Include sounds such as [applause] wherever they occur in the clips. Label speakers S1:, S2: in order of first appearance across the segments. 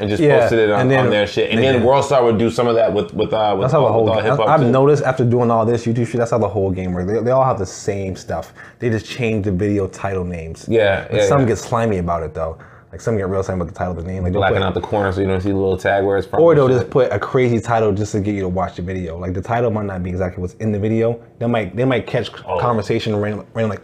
S1: and just
S2: Yeah,
S1: posted it on,
S2: and then-
S1: on their shit. And
S2: they
S1: then
S2: did.
S1: World Star would do some of that with with uh with,
S2: That's how the
S1: with
S2: whole.
S1: all hip hop.
S2: I, have
S1: too.
S2: noticed after doing all this YouTube shit, that's how the whole game works. They, they all have the same stuff. They just change the video title names.
S1: Yeah,
S2: Like
S1: yeah,
S2: some
S1: yeah.
S2: get slimy about it though. Like some get real slimy about the title of the name. Like they'll
S1: blacking
S2: put-
S1: out the corner so you don't see the little tag where it's from.
S2: Or
S1: and
S2: they'll
S1: shit.
S2: just put a crazy title just to get you to watch the video. Like the title might not be exactly what's in the video. They might they might catch
S1: Oh.
S2: conversation random, random like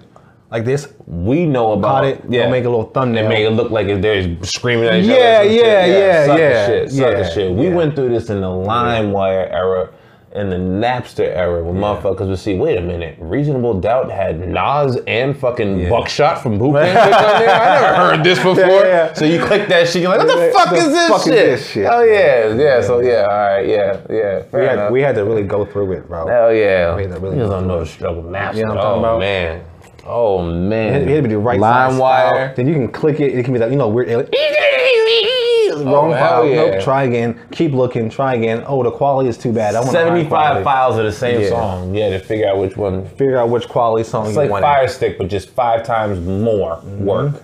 S2: like this.
S1: we know about
S2: Caught it.
S1: Yeah,
S2: They'll make a little thumbnail.
S1: and make it look like if they're screaming at each
S2: Yeah,
S1: other. or some
S2: yeah,
S1: shit.
S2: yeah,
S1: suck
S2: yeah,
S1: The shit, suck the
S2: yeah,
S1: shit. We
S2: yeah.
S1: went through this in the LimeWire era, in the Napster era, when motherfuckers would see, wait a minute, Reasonable Doubt had Nas and fucking Buckshot from Boot Camp. Bitch, on there? I never heard this before.
S2: [laughs] yeah.
S1: So you click that shit, you're like, what the
S2: The
S1: fuck is this
S2: fuck is
S1: shit?
S2: this shit?
S1: Oh yeah, yeah, So yeah, all right, yeah, yeah. Fair
S2: We
S1: enough.
S2: had, we had to really go through it, bro.
S1: Hell yeah.
S2: Wait, that really-
S1: you don't know the struggle maps.
S2: You know what I'm
S1: oh
S2: talking about?
S1: man. Oh man.
S2: It had to be the right
S1: Line
S2: size
S1: wire.
S2: style. Then you can click it. It can be like you know weird. Like,
S1: Wrong Oh,
S2: wrong file. Nope. Try again. Keep looking. Try again. Oh, the quality is too bad. I want
S1: Seventy-five files of the same
S2: Yeah.
S1: song. Yeah, to figure out which one.
S2: Figure out which quality song
S1: It's
S2: you
S1: like
S2: want.
S1: Fire Stick, but just five times more
S2: Mm-hmm.
S1: work.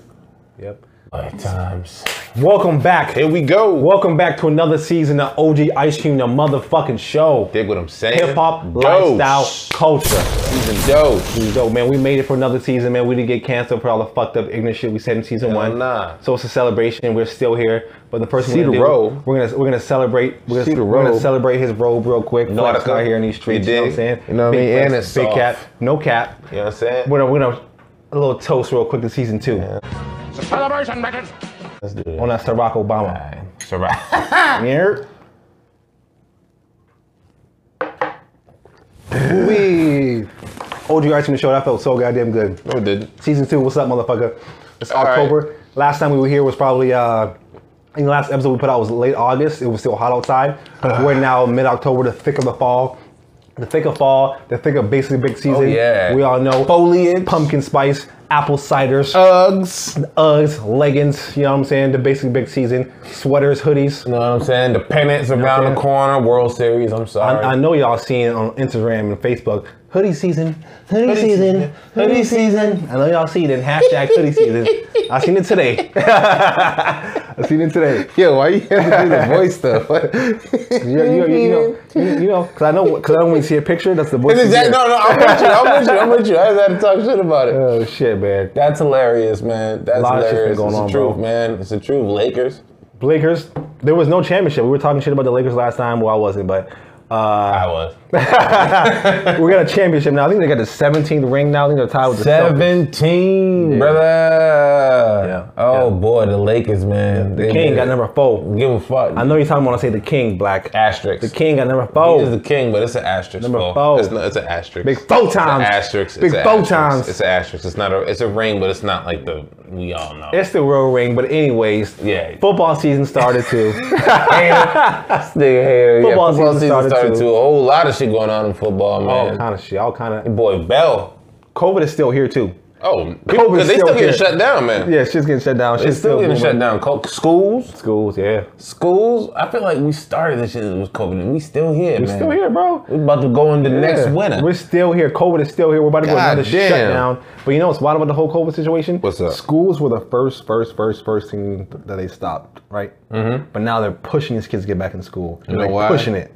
S2: Yep.
S1: Five times.
S2: Welcome back.
S1: Here we go.
S2: Welcome back to another season of OG Ice Cream, the motherfucking show.
S1: Dig what I'm saying?
S2: Hip hop,
S1: Dope.
S2: lifestyle, culture.
S1: Season dope.
S2: Yo, man, we made it for another season, man. We didn't get canceled for all the fucked up ignorant shit we said in season one.
S1: nah.
S2: So it's a celebration. We're still here. But the first
S1: See
S2: thing we're
S1: the
S2: gonna do,
S1: robe.
S2: we're gonna we're gonna celebrate. We're
S1: See
S2: gonna,
S1: the
S2: we're gonna
S1: robe.
S2: celebrate his robe real quick.
S1: Nautica.
S2: Flex out here in these streets.
S1: You
S2: You, know what I'm
S1: dig?
S2: saying?
S1: You know what I
S2: Big
S1: mean? And
S2: flex,
S1: it's
S2: big
S1: soft.
S2: cap, no cap.
S1: You know what I'm saying?
S2: We're gonna, we're gonna a little toast real quick to season two
S3: Celebration, bitches!
S1: Let's do
S2: on
S1: that.
S2: that Barack Obama.
S1: Survive.
S2: [laughs] Yeah. We OG Ice Cream Show. That felt so goddamn good.
S1: no, it didn't.
S2: Season two, what's up, motherfucker? It's
S1: All right.
S2: October. Last time we were here was probably uh in the last episode we put out was late August. It was still
S1: [sighs]
S2: hot outside. we're now mid-October, the thick of the fall. The thick of fall, the thick of basically big season.
S1: Oh, yeah.
S2: We all know foliage, pumpkin spice, apple ciders,
S1: Uh. Uggs. You
S2: Uggs, leggings, you know what I'm saying? The basically big season. Sweaters, hoodies.
S1: know what I'm saying? The pennants around
S2: saying?
S1: the corner. World Series. I'm sorry.
S2: I, I know y'all seeing on Instagram and Facebook, hoodie season, hoodie,
S1: Hoodie
S2: season,
S1: season,
S2: hoodie season. I know y'all see it in hashtag hoodie season. I seen it today. [laughs] I seen it today.
S1: Yo,
S2: [laughs]
S1: why you have to do the voice [laughs] stuff?
S2: You, you- you- you know, you, you know, cause I know, cause I know when you see a picture, that's the voice.
S1: It's
S2: you
S1: exact-
S2: hear.
S1: no, no, I'm with you. I'm with you. I'm with you. I just had to talk
S2: [laughs]
S1: shit about it.
S2: Oh shit, man.
S1: That's hilarious, man. That's
S2: A lot of shit's been
S1: hilarious.
S2: going
S1: it's
S2: on,
S1: the truth,
S2: bro.
S1: man. It's the truth. Lakers.
S2: Lakers. There was no championship. We were talking shit about the Lakers last time. Well, I wasn't, but uh,
S1: I was.
S2: we got a championship now. I think they got the 17th ring now. I think they're tied with the Celtics.
S1: 17,
S2: Yeah.
S1: brother.
S2: Yeah.
S1: Oh,
S2: Yeah.
S1: boy, the Lakers, man.
S2: The King got number four.
S1: Give a fuck.
S2: I know you're talking when I say the King, Black.
S1: Asterisk.
S2: The King got number four.
S1: He is the king, but it's an asterisk.
S2: Number
S1: bro.
S2: four.
S1: It's, not, it's an asterisk.
S2: Big four
S1: It's an
S2: times.
S1: asterisk. It's
S2: Big
S1: an
S2: four
S1: asterisk.
S2: times.
S1: It's an asterisk. It's not a. It's a ring, but it's not like the we all know.
S2: It's the real ring, but anyways,
S1: Yeah.
S2: Football season started
S1: [laughs]
S2: too.
S1: This nigga hater. Yeah,
S2: Football season started
S1: started
S2: too. Oh,
S1: too. A whole lot of shit going on in football,
S2: all
S1: man.
S2: kind of shit. All kind of.
S1: Boy, Bell.
S2: COVID is still here too.
S1: Oh, people, 'cause they
S2: still
S1: still getting
S2: here.
S1: shut down, man.
S2: Yeah, shit's getting shut down.
S1: They
S2: Shit's
S1: still getting shut down. Co- schools,
S2: Schools, yeah.
S1: schools. I feel like we started this shit with COVID, and we still here,
S2: We're
S1: man.
S2: still here, bro.
S1: We about to go into next
S2: Yeah.
S1: winter.
S2: We're still here. COVID is still here. We're about to go
S1: God
S2: another
S1: damn.
S2: shutdown. But you know what's wild about the whole COVID situation?
S1: What's up?
S2: Schools were the first, first, first, first thing th- that they stopped, right? Mm-hmm. But now they're pushing these kids to get back in school.
S1: know
S2: They're
S1: why?
S2: Pushing it.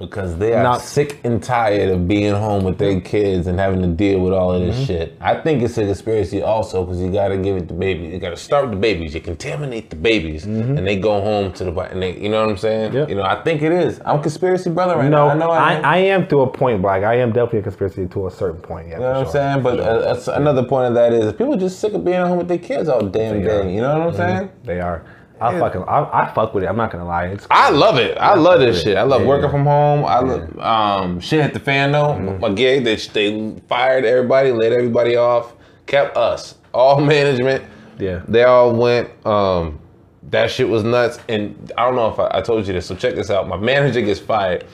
S1: because they are
S2: Not-
S1: sick and tired of being home with their kids and having to deal with all of this shit. I think it's a conspiracy also because you gotta give it to babies. You gotta start with the babies. You contaminate the babies, and they go home to the vi- and they, you know what I'm saying?
S2: Yeah.
S1: You know, I think it is. I'm conspiracy brother right
S2: No,
S1: now. I know I,
S2: I,
S1: am.
S2: I am to a point, Black. I am definitely a conspiracy to a certain point. Yeah,
S1: You know
S2: for
S1: what I'm
S2: sure.
S1: saying? But uh, that's another point of that is people just sick of being at home with their kids all damn
S2: are. Mm-hmm.
S1: day. You know what I'm saying?
S2: They are. I fucking I, I fuck with it. I'm not gonna lie. It's
S1: I love it. I love this shit. I love
S2: Yeah.
S1: working from home. I love um, shit at the fan though.
S2: Mm-hmm.
S1: My gig, they, they fired everybody, laid everybody off, kept us all [laughs] management.
S2: Yeah.
S1: they all went. Um, that shit was nuts. And I don't know if I, I told you this, so check this out. My manager gets fired.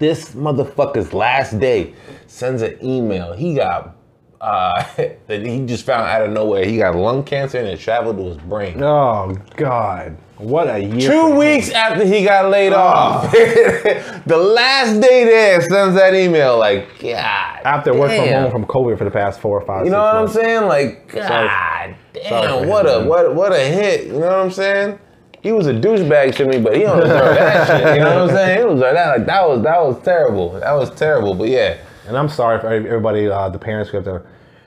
S1: This motherfucker's last day sends an email. He got uh, [laughs] that he just found out of nowhere he got lung cancer and it traveled to his brain.
S2: Oh God, what a year!
S1: Two weeks after he got laid off, Oh.
S2: [laughs]
S1: the last day there sends that email like, God.
S2: after work from
S1: damn.
S2: home from COVID for the past four or five.
S1: You know
S2: six
S1: what I'm
S2: months.
S1: saying? Like, God
S2: Sorry for
S1: damn,
S2: him,
S1: what a
S2: man.
S1: what what a hit. You know what I'm saying? He was a douchebag to me, but he don't deserve
S2: [laughs]
S1: that shit. You know what I'm saying? He was like that. Like that was that was terrible. That was terrible. But yeah.
S2: And I'm sorry for every- everybody, uh, the parents who have to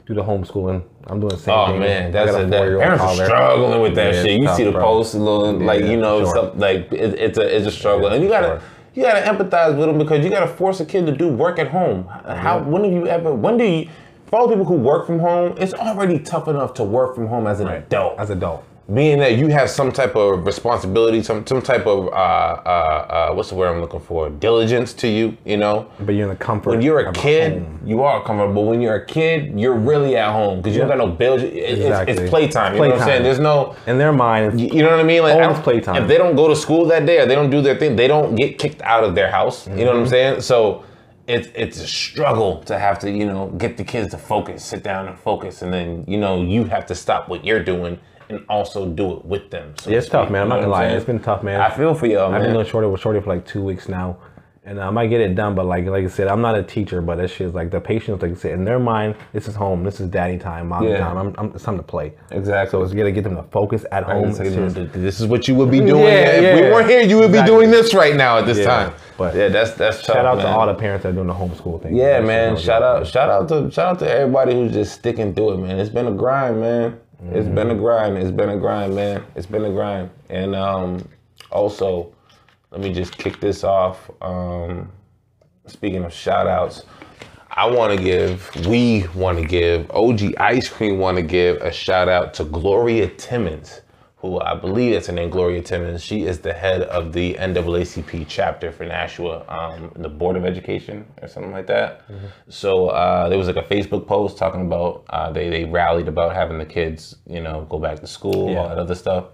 S2: do the homeschooling. I'm doing the same
S1: Oh
S2: thing.
S1: man,
S2: I
S1: that's
S2: got
S1: a,
S2: a
S1: that
S2: four-year-old
S1: parents are
S2: toddler.
S1: struggling with that
S2: Yeah,
S1: shit.
S2: it's
S1: You
S2: tough,
S1: see the
S2: bro.
S1: posts, little, like you know,
S2: sure.
S1: some- like it, it's a it's a struggle,
S2: Yeah,
S1: and you gotta
S2: sure.
S1: you gotta empathize with them because you gotta force a kid to do work at home. How when have you ever when do you? For all the people who work from home, it's already tough enough to work from home as an adult.
S2: As an adult,
S1: Being that you have some type of responsibility, some some type of uh, uh, uh, what's the word I'm looking for? Diligence to you, you know.
S2: but you're in the comfort.
S1: When you're a
S2: of
S1: kid,
S2: home.
S1: you are comfortable. But when you're a kid, you're really at home because you don't got no bills. It- it's- It's,
S2: Exactly.
S1: playtime. You know what I'm
S2: Playtime.
S1: saying? There's no.
S2: in their mind,
S1: You know what I mean? Like,
S2: Always
S1: I don't-
S2: playtime.
S1: If they don't go to school that day or they don't do their thing, they don't get kicked out of their house. You know
S2: Mm-hmm.
S1: what I'm saying? So it's it's a struggle to have to you know get the kids to focus, sit down and focus, and then you know you have to stop what you're doing and also do it with them. So
S2: Yeah, it's
S1: to
S2: tough,
S1: speak.
S2: man. I'm
S1: You know
S2: not gonna
S1: what
S2: lie.
S1: saying?
S2: It's been tough, man.
S1: I feel for y'all, man.
S2: I've been doing shorty with shorty for like two weeks now, and I might get it done. But like, like I said, I'm not a teacher, but that shit's like the patients, like I said, in their mind, this is home, this is daddy time, mommy
S1: Yeah.
S2: time. I'm, I'm, it's time to play.
S1: Exactly.
S2: So it's gotta get them to focus at home.
S1: It's like,
S2: It's just-
S1: this is what you would be doing.
S2: Yeah,
S1: if we
S2: yeah.
S1: weren't here, you would
S2: Exactly.
S1: be doing this right now at this
S2: Yeah,
S1: time.
S2: but-
S1: yeah, that's that's tough,
S2: shout out
S1: man.
S2: to all the parents that are doing the homeschool thing.
S1: Yeah,
S2: That's
S1: man.
S2: just-
S1: Shout out, shout out to shout out to everybody who's just sticking through it, man. It's been a grind, man. It's been
S2: Mm-hmm.
S1: a grind. It's been a grind, man. It's been a grind. And um, also, let me just kick this off. Um, speaking of shout outs, I want to give, we want to give, OG Ice Cream want to give a shout out to Gloria Timmons, who I believe that's her name, Gloria Timmons. She is the head of the NAACP chapter for Nashua, um, the Board of Education or something like that. So uh, there was like a Facebook post talking about uh, they, they rallied about having the kids, you know, go back to school, all
S2: Yeah.
S1: that other stuff.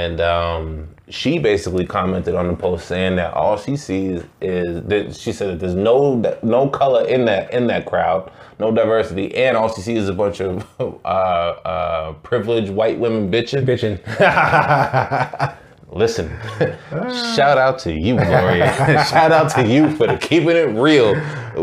S1: And um, she basically commented on the post saying that all she sees is that she said that there's no no color in that in that crowd, no diversity, and all she sees is a bunch of [laughs] uh, uh, privileged white women bitching. [laughs]
S2: Bitching. [laughs]
S1: Listen,
S2: Ah.
S1: shout out to you, Gloria. [laughs] shout out to you for the keeping it real.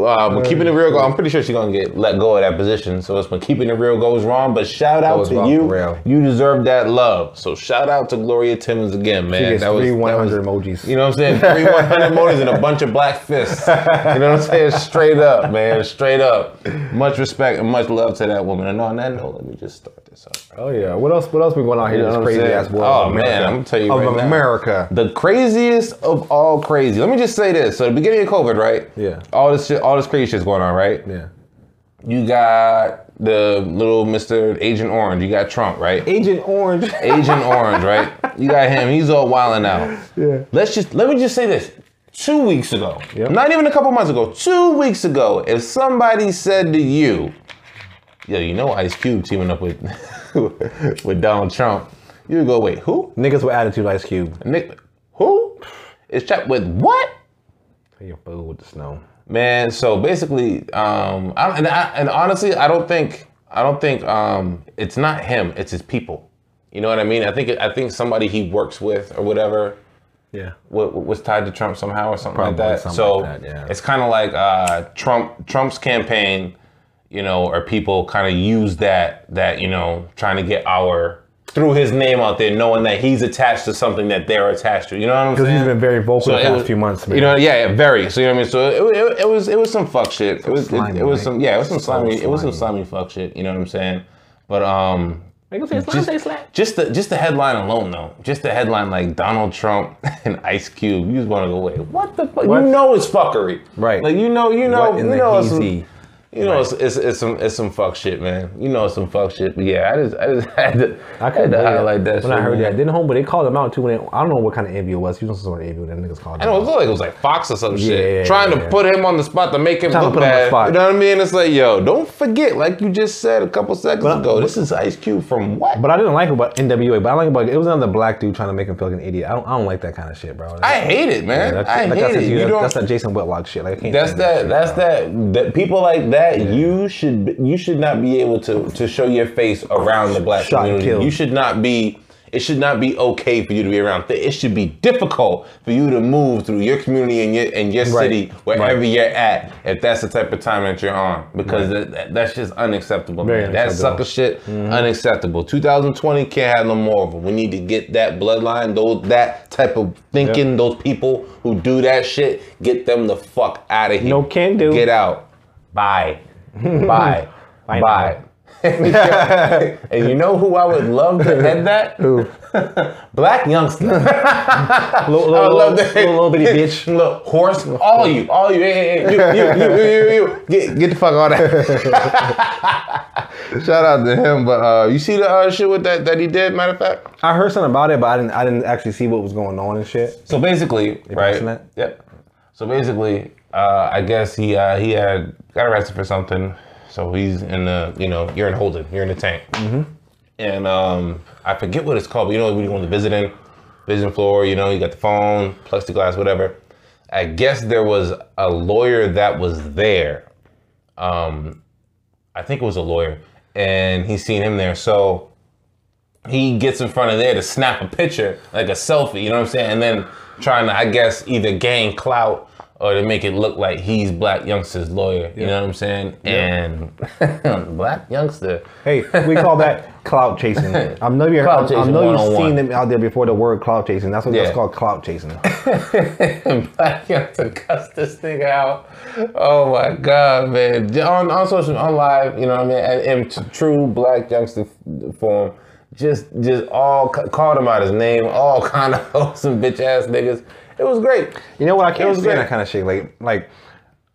S1: Um, keeping it real, go- I'm pretty sure she's gonna get let go of that position. So it's when keeping it real goes wrong. But shout out
S2: Goes
S1: to
S2: wrong
S1: you.
S2: for real.
S1: You deserve that love. So shout out to Gloria Timmons again, man.
S2: gets
S1: that was
S2: three
S1: that was-
S2: 100 emojis.
S1: You know what I'm saying? Three 100 emojis and a bunch of black fists. You know what I'm saying? Straight up, man. Straight up. Much respect and much love to that woman. And on that note, let me just start this up.
S2: Oh yeah. What else? What else been going on here?
S1: You
S2: in
S1: know
S2: this
S1: what I'm
S2: crazy
S1: saying?
S2: ass world.
S1: Oh,
S2: of
S1: man,
S2: America.
S1: I'm telling you
S2: Of
S1: right now.
S2: America.
S1: The craziest of all crazy. Let me just say this. So the beginning of COVID, right?
S2: Yeah.
S1: All this shit, all this crazy shit's going on, right?
S2: Yeah.
S1: You got the little Mr. Agent Orange. You got Trump, right? [laughs]
S2: Agent Orange.
S1: Agent Orange, right? You got him. He's all wilding out.
S2: Yeah.
S1: Let's just let me just say this. Two weeks ago,
S2: Yep.
S1: not even a couple months ago, two weeks ago, if somebody said to you, "Yo, you know Ice Cube teaming up with [laughs] with Donald Trump," you would go, "Wait, who?
S2: Niggas with attitude. Ice Cube.
S1: Nick, who? Is trapped with what?"
S2: Your food with the snow.
S1: Man, so basically, um, I, and, I, and honestly, I don't think I don't think um, it's not him; it's his people. You know what I mean? I think I think somebody he works with or whatever
S2: Yeah.
S1: wa- wa- was tied to Trump somehow or something like
S2: Probably
S1: that.
S2: something
S1: so
S2: like that, yeah.
S1: it's kind of like uh, Trump Trump's campaign, you know, or people kind of use that that you know trying to get our through his name out there, knowing that he's attached to something that they're attached to. You know what I'm saying?
S2: Because he's been very vocal
S1: So
S2: the
S1: it
S2: past
S1: was-
S2: few months. Man.
S1: You know, yeah, yeah, very. So you know what I mean. So it, it, it was it was some fuck shit. It was it,
S2: slimy,
S1: it was
S2: right?
S1: some yeah, it was some slimy, It was some slimy
S2: slimy.
S1: fuck shit. You know what I'm saying? But um,
S2: Make him say slap,
S1: just,
S2: say slap.
S1: just the just the headline alone though, just the headline like Donald Trump [laughs] and Ice Cube. You just want to go wait, what the fuck?
S2: What?
S1: You know it's fuckery,
S2: Right.
S1: Like you know you know
S2: What
S1: you
S2: in the
S1: know it's some,
S2: heezy?
S1: you know it's, it's it's some it's some fuck shit, man. You know it's some fuck shit. But yeah, I just I just [laughs] had to
S2: I
S1: had to
S2: couldn't believe it.
S1: highlight that.
S2: when I
S1: shit,
S2: heard
S1: man.
S2: that. Then home, but they called him out too. When they, I don't know what kind of interview it was. He was some sort of interview that niggas called.
S1: I know, it looked like it was like Fox or some shit.
S2: Yeah,
S1: trying to
S2: yeah.
S1: put him on the spot to make him
S2: Trying to
S1: look
S2: put him on the
S1: bad.
S2: spot.
S1: You know what I mean? It's like, yo, don't forget, like you just said a couple seconds
S2: But I-
S1: ago, this is Ice Cube from what?
S2: But I didn't like about NWA. But I like about it was another black dude trying to make him feel like an idiot. I don't, I don't like that kind of shit, bro.
S1: I hate it, man.
S2: that's,
S1: I
S2: like
S1: hate
S2: said
S1: it.
S2: to
S1: You
S2: that-
S1: don't,
S2: that's that Jason Whitlock shit. Like I can't.
S1: that's
S2: stand
S1: that.
S2: shit,
S1: That's
S2: bro.
S1: that, that. People like that, you should be- you should not be able to to show your face around the black
S2: Shot and
S1: community.
S2: killed.
S1: You should not be. It should not be okay for you to be around. Th- It should be difficult for you to move through your community and your and your
S2: Right.
S1: city wherever you're at. If that's the type of time that you're on, because that- that, that's just unacceptable.
S2: Very
S1: man. That
S2: unacceptable. Mm-hmm.
S1: sucker shit, unacceptable. 2020 can't have no more of them. We need to get that bloodline, those that type of thinking, those people who do that shit, get them the fuck out of here.
S2: No can do.
S1: Get out.
S2: [laughs]
S1: Bye. Bye.
S2: Bye now.
S1: Bye. [laughs] and you know who I would love to head that? Who? [laughs] Black youngster.
S2: Little,
S1: I would
S2: little,
S1: love to
S2: little, little, little
S1: [laughs]
S2: bitty bitch.
S1: Look, horse, all you, all you, hey, hey, hey, you, you, you, you, you, you. Get, get the fuck out of here. [laughs] Shout out to him, but uh, you see the uh, shit with that that he did. Matter of fact,
S2: I heard something about it, but I didn't. I didn't actually see what was going on and shit.
S1: so basically, right?
S2: watching that?
S1: Yep. So basically, uh, I guess he uh, he had got arrested for something, so he's in the you know you're in holding, you're in the tank, mm-hmm. and um, I forget what it's called, but you know when you're on the visiting vision floor, you know you got the phone, plexiglass, whatever. I guess there was a lawyer that was there um, I think it was a lawyer, and he's seen him there. So he gets in front of there to snap a picture, like a selfie, you know what I'm saying? And then trying to, I guess, either gain clout or to make it look like he's Black Youngster's lawyer, you know what I'm saying? And [laughs] Black Youngster.
S2: Hey, we
S1: [laughs]
S2: call that clout chasing. I know you.
S1: Clout
S2: I, I
S1: chasing
S2: know you've
S1: 101.
S2: seen them out there before. The word clout chasing. That's what
S1: Yeah.
S2: that's called. Clout chasing.
S1: Black Youngster cussed this nigga out. Oh my God, man. On, on social, on live, you know what I mean? And in t- true Black Youngster f- form, just just all ca- called him out his name, all [laughs] kind of wholesome bitch ass niggas. It was great.
S2: You know what? I can't
S1: was
S2: stand
S1: great.
S2: that kind of shit. Like, like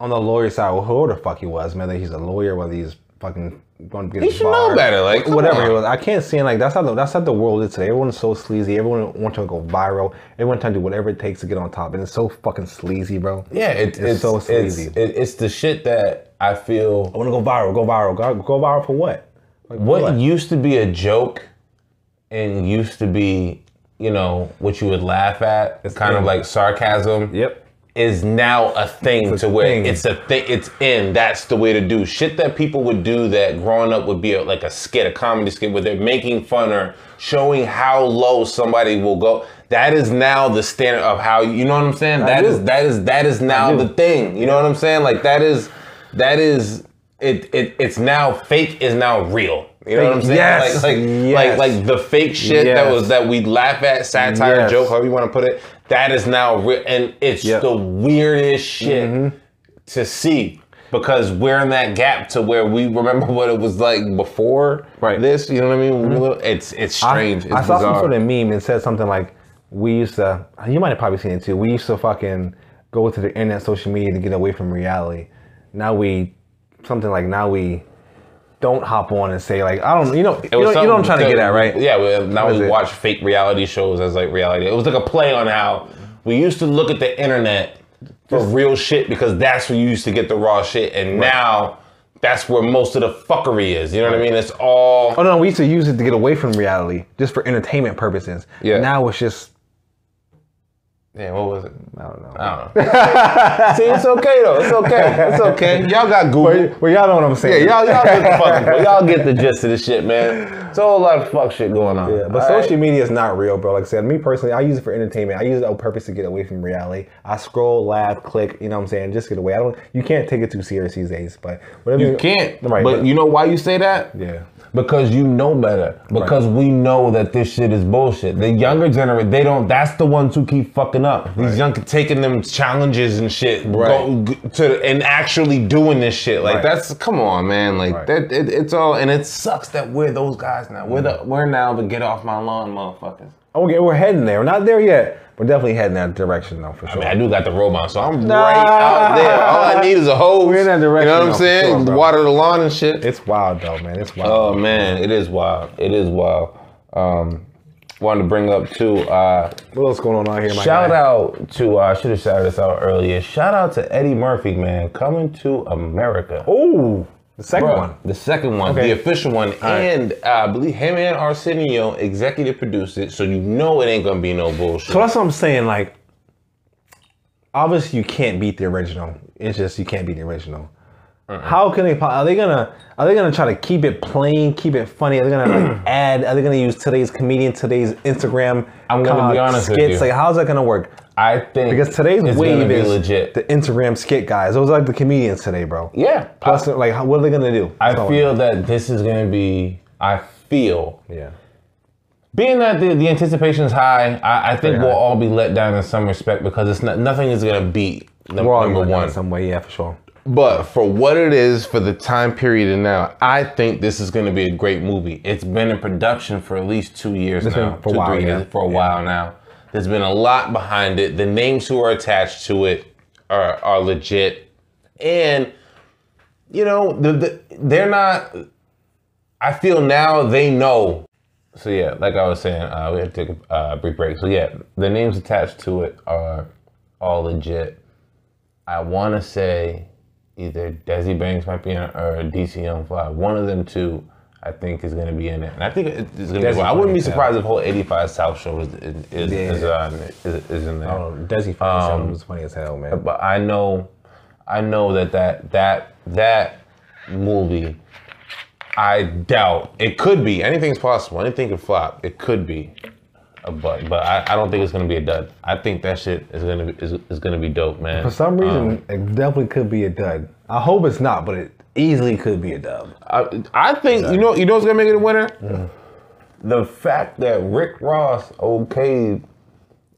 S2: on the lawyer side, well, whoever the fuck he was, whether he's a lawyer, whether he's fucking going to get
S1: He should know better. Like come
S2: Whatever
S1: on.
S2: it was, I can't stand like that's how the, that's how the world is today. Everyone's so sleazy. Everyone wants to go viral. Everyone trying to do whatever it takes to get on top, and it's so fucking sleazy, bro.
S1: Yeah, it, it's, it's
S2: so
S1: so it's,
S2: sleazy.
S1: it, it's the shit that I feel.
S2: I want to go viral. Go viral. Go, go viral for what? Like,
S1: what, used to be a joke and used to be, you know, what you would laugh at, it's kind of
S2: in.
S1: like sarcasm.
S2: Yep.
S1: Is now a thing
S2: It's a
S1: to where
S2: thing.
S1: it's a thing. It's in. That's the way to do shit that people would do that growing up would be a, like a skit, a comedy skit where they're making fun or showing how low somebody will go. That is now the standard of how you know what I'm saying. That
S2: do.
S1: is that is that is now
S2: do.
S1: the thing. You know what I'm saying? Like that is that is it, it it's now fake is now real. You know what I'm saying?
S2: Yes,
S1: Like like,
S2: yes.
S1: like like the fake shit that
S2: Yes.
S1: was that we laugh at, satire,
S2: Yes.
S1: joke, however you want to put it, that is now real and it's
S2: Yep. Mm-hmm.
S1: the weirdest shit to see. Because we're in that gap to where we remember [laughs] what it was like before
S2: Right. Mm-hmm.
S1: this, you know what I mean? When we were little- It's it's strange.
S2: I, I
S1: it's
S2: saw
S1: bizarre.
S2: some sort of meme and said something like, "We used to." You might have probably seen it too. We used to fucking go to the internet, social media to get away from reality. Now we, something like now we, don't hop on and say like I don't. You know, you know,
S1: It
S2: you
S1: was
S2: know what I'm
S1: something
S2: trying to get at,
S1: because-
S2: right?
S1: Yeah, well, now
S2: What is
S1: we
S2: it?
S1: watch fake reality shows as like reality. It was like a play on how we used to look at the internet for real shit because that's where you used to get the raw shit, and now that's where most of the fuckery is. You know what I mean? It's all
S2: Oh no, we used to use it to get away from reality, just for entertainment purposes.
S1: Yeah.
S2: Now it's just
S1: yeah. What was it?
S2: I don't know.
S1: I don't know. [laughs] See, it's okay though. It's okay. It's okay. Y'all got Google.
S2: Well, y'all know what I'm saying.
S1: Yeah, y'all, y'all get the fucking, y'all get the gist of this shit, man. It's a whole lot of fuck shit going on.
S2: Yeah, but
S1: All right?
S2: social media is not real, bro. Like I said, me personally, I use it for entertainment. I use it on purpose to get away from reality. I scroll, laugh, click. You know what I'm saying? Just get away. I don't. You can't take it too serious these days. But whatever
S1: You can't.
S2: Right,
S1: but,
S2: but-
S1: you know why you say that?
S2: Yeah.
S1: Because you know better. Because we know that this shit is bullshit. The younger generation, they don't. That's the ones who keep fucking up. These young taking them challenges and shit, go, g- to and actually doing this shit. Like
S2: Right.
S1: that's come on, man. Like
S2: Right.
S1: that, it, it's all, and it sucks that we're those guys now. We're the we're now the get off my lawn, motherfuckers.
S2: Okay, we're heading there. We're not there yet. We're definitely heading that direction though, for sure.
S1: I do got the robot, so I'm
S2: Nah.
S1: right out there. All I need is a hose.
S2: We're in that
S1: You know
S2: direction
S1: what I'm
S2: now, for sure,
S1: saying?
S2: bro.
S1: Water the lawn and shit.
S2: it's wild though, man. It's wild.
S1: Oh man, it is wild. It is wild. Um, wanted to bring up too. Uh,
S2: what else going on out here? My
S1: shout
S2: guy?
S1: out to. Uh, I should have shouted this out earlier. Shout out to Eddie Murphy, man, coming to America.
S2: Oh, the second
S1: Bruh,
S2: one.
S1: The second one,
S2: Okay.
S1: the official one, and uh, I believe him and Arsenio executive produced it, so you know it ain't gonna be no bullshit.
S2: So that's what I'm saying. Like, obviously, you can't beat the original. It's just you can't beat the original.
S1: Uh-uh.
S2: How can they? po- Are they gonna? Are they gonna try to keep it plain, keep it funny? Are they gonna
S1: [clears throat]
S2: like, add? Are they gonna use today's comedian, today's Instagram?
S1: I'm gonna be
S2: uh,
S1: honest with
S2: skits?
S1: you.
S2: Like, how's that gonna work?
S1: I think
S2: Because today's
S1: it's gonna
S2: wave
S1: be
S2: is
S1: legit.
S2: the Instagram skit guys. Those are like the comedians today, bro.
S1: yeah.
S2: Plus, like, how, what are they gonna do?
S1: I
S2: So-
S1: feel that this is gonna be. I feel
S2: Yeah.
S1: being that the, the anticipation is high. I, I think
S2: Very
S1: we'll
S2: high.
S1: all be let down in some respect because it's not nothing is gonna beat num-
S2: We're all
S1: number
S2: going down
S1: one.
S2: some way, yeah, for sure.
S1: But for what it is, for the time period and now, I think this is going to be a great movie. It's been in production for at least two years
S2: It's
S1: now,
S2: been for a
S1: two,
S2: while,
S1: three
S2: yeah.
S1: years, for a
S2: Yeah.
S1: while now. There's been a lot behind it. The names who are attached to it are are legit, and you know the, the, they're not. I feel now they know. So yeah, like I was saying, uh, we have to take a uh, brief break. So yeah, the names attached to it are all legit. I want to say either Desi Banks might be in it or DC Young Fly. One of them two, I think, is going to be in it. And I think it- it's going to
S2: Desi
S1: be. I wouldn't be
S2: Banks, yeah.
S1: surprised if whole 85 South show is is is,
S2: Yeah.
S1: is, uh, is, is in there.
S2: Oh, Desi funny, um, was funny as hell, man.
S1: But I know, I know that that that that movie. I doubt it could be. Anything's possible. Anything could flop. It could be, a but but I, I don't think it's gonna be a dud. I think that shit is gonna be is, is gonna be dope, man.
S2: For some reason, it definitely could be a dud. I hope it's not, but it easily could be a dub.
S1: I, Um, I think you know you know what's gonna make it a winner. The fact that Rick Ross okayed,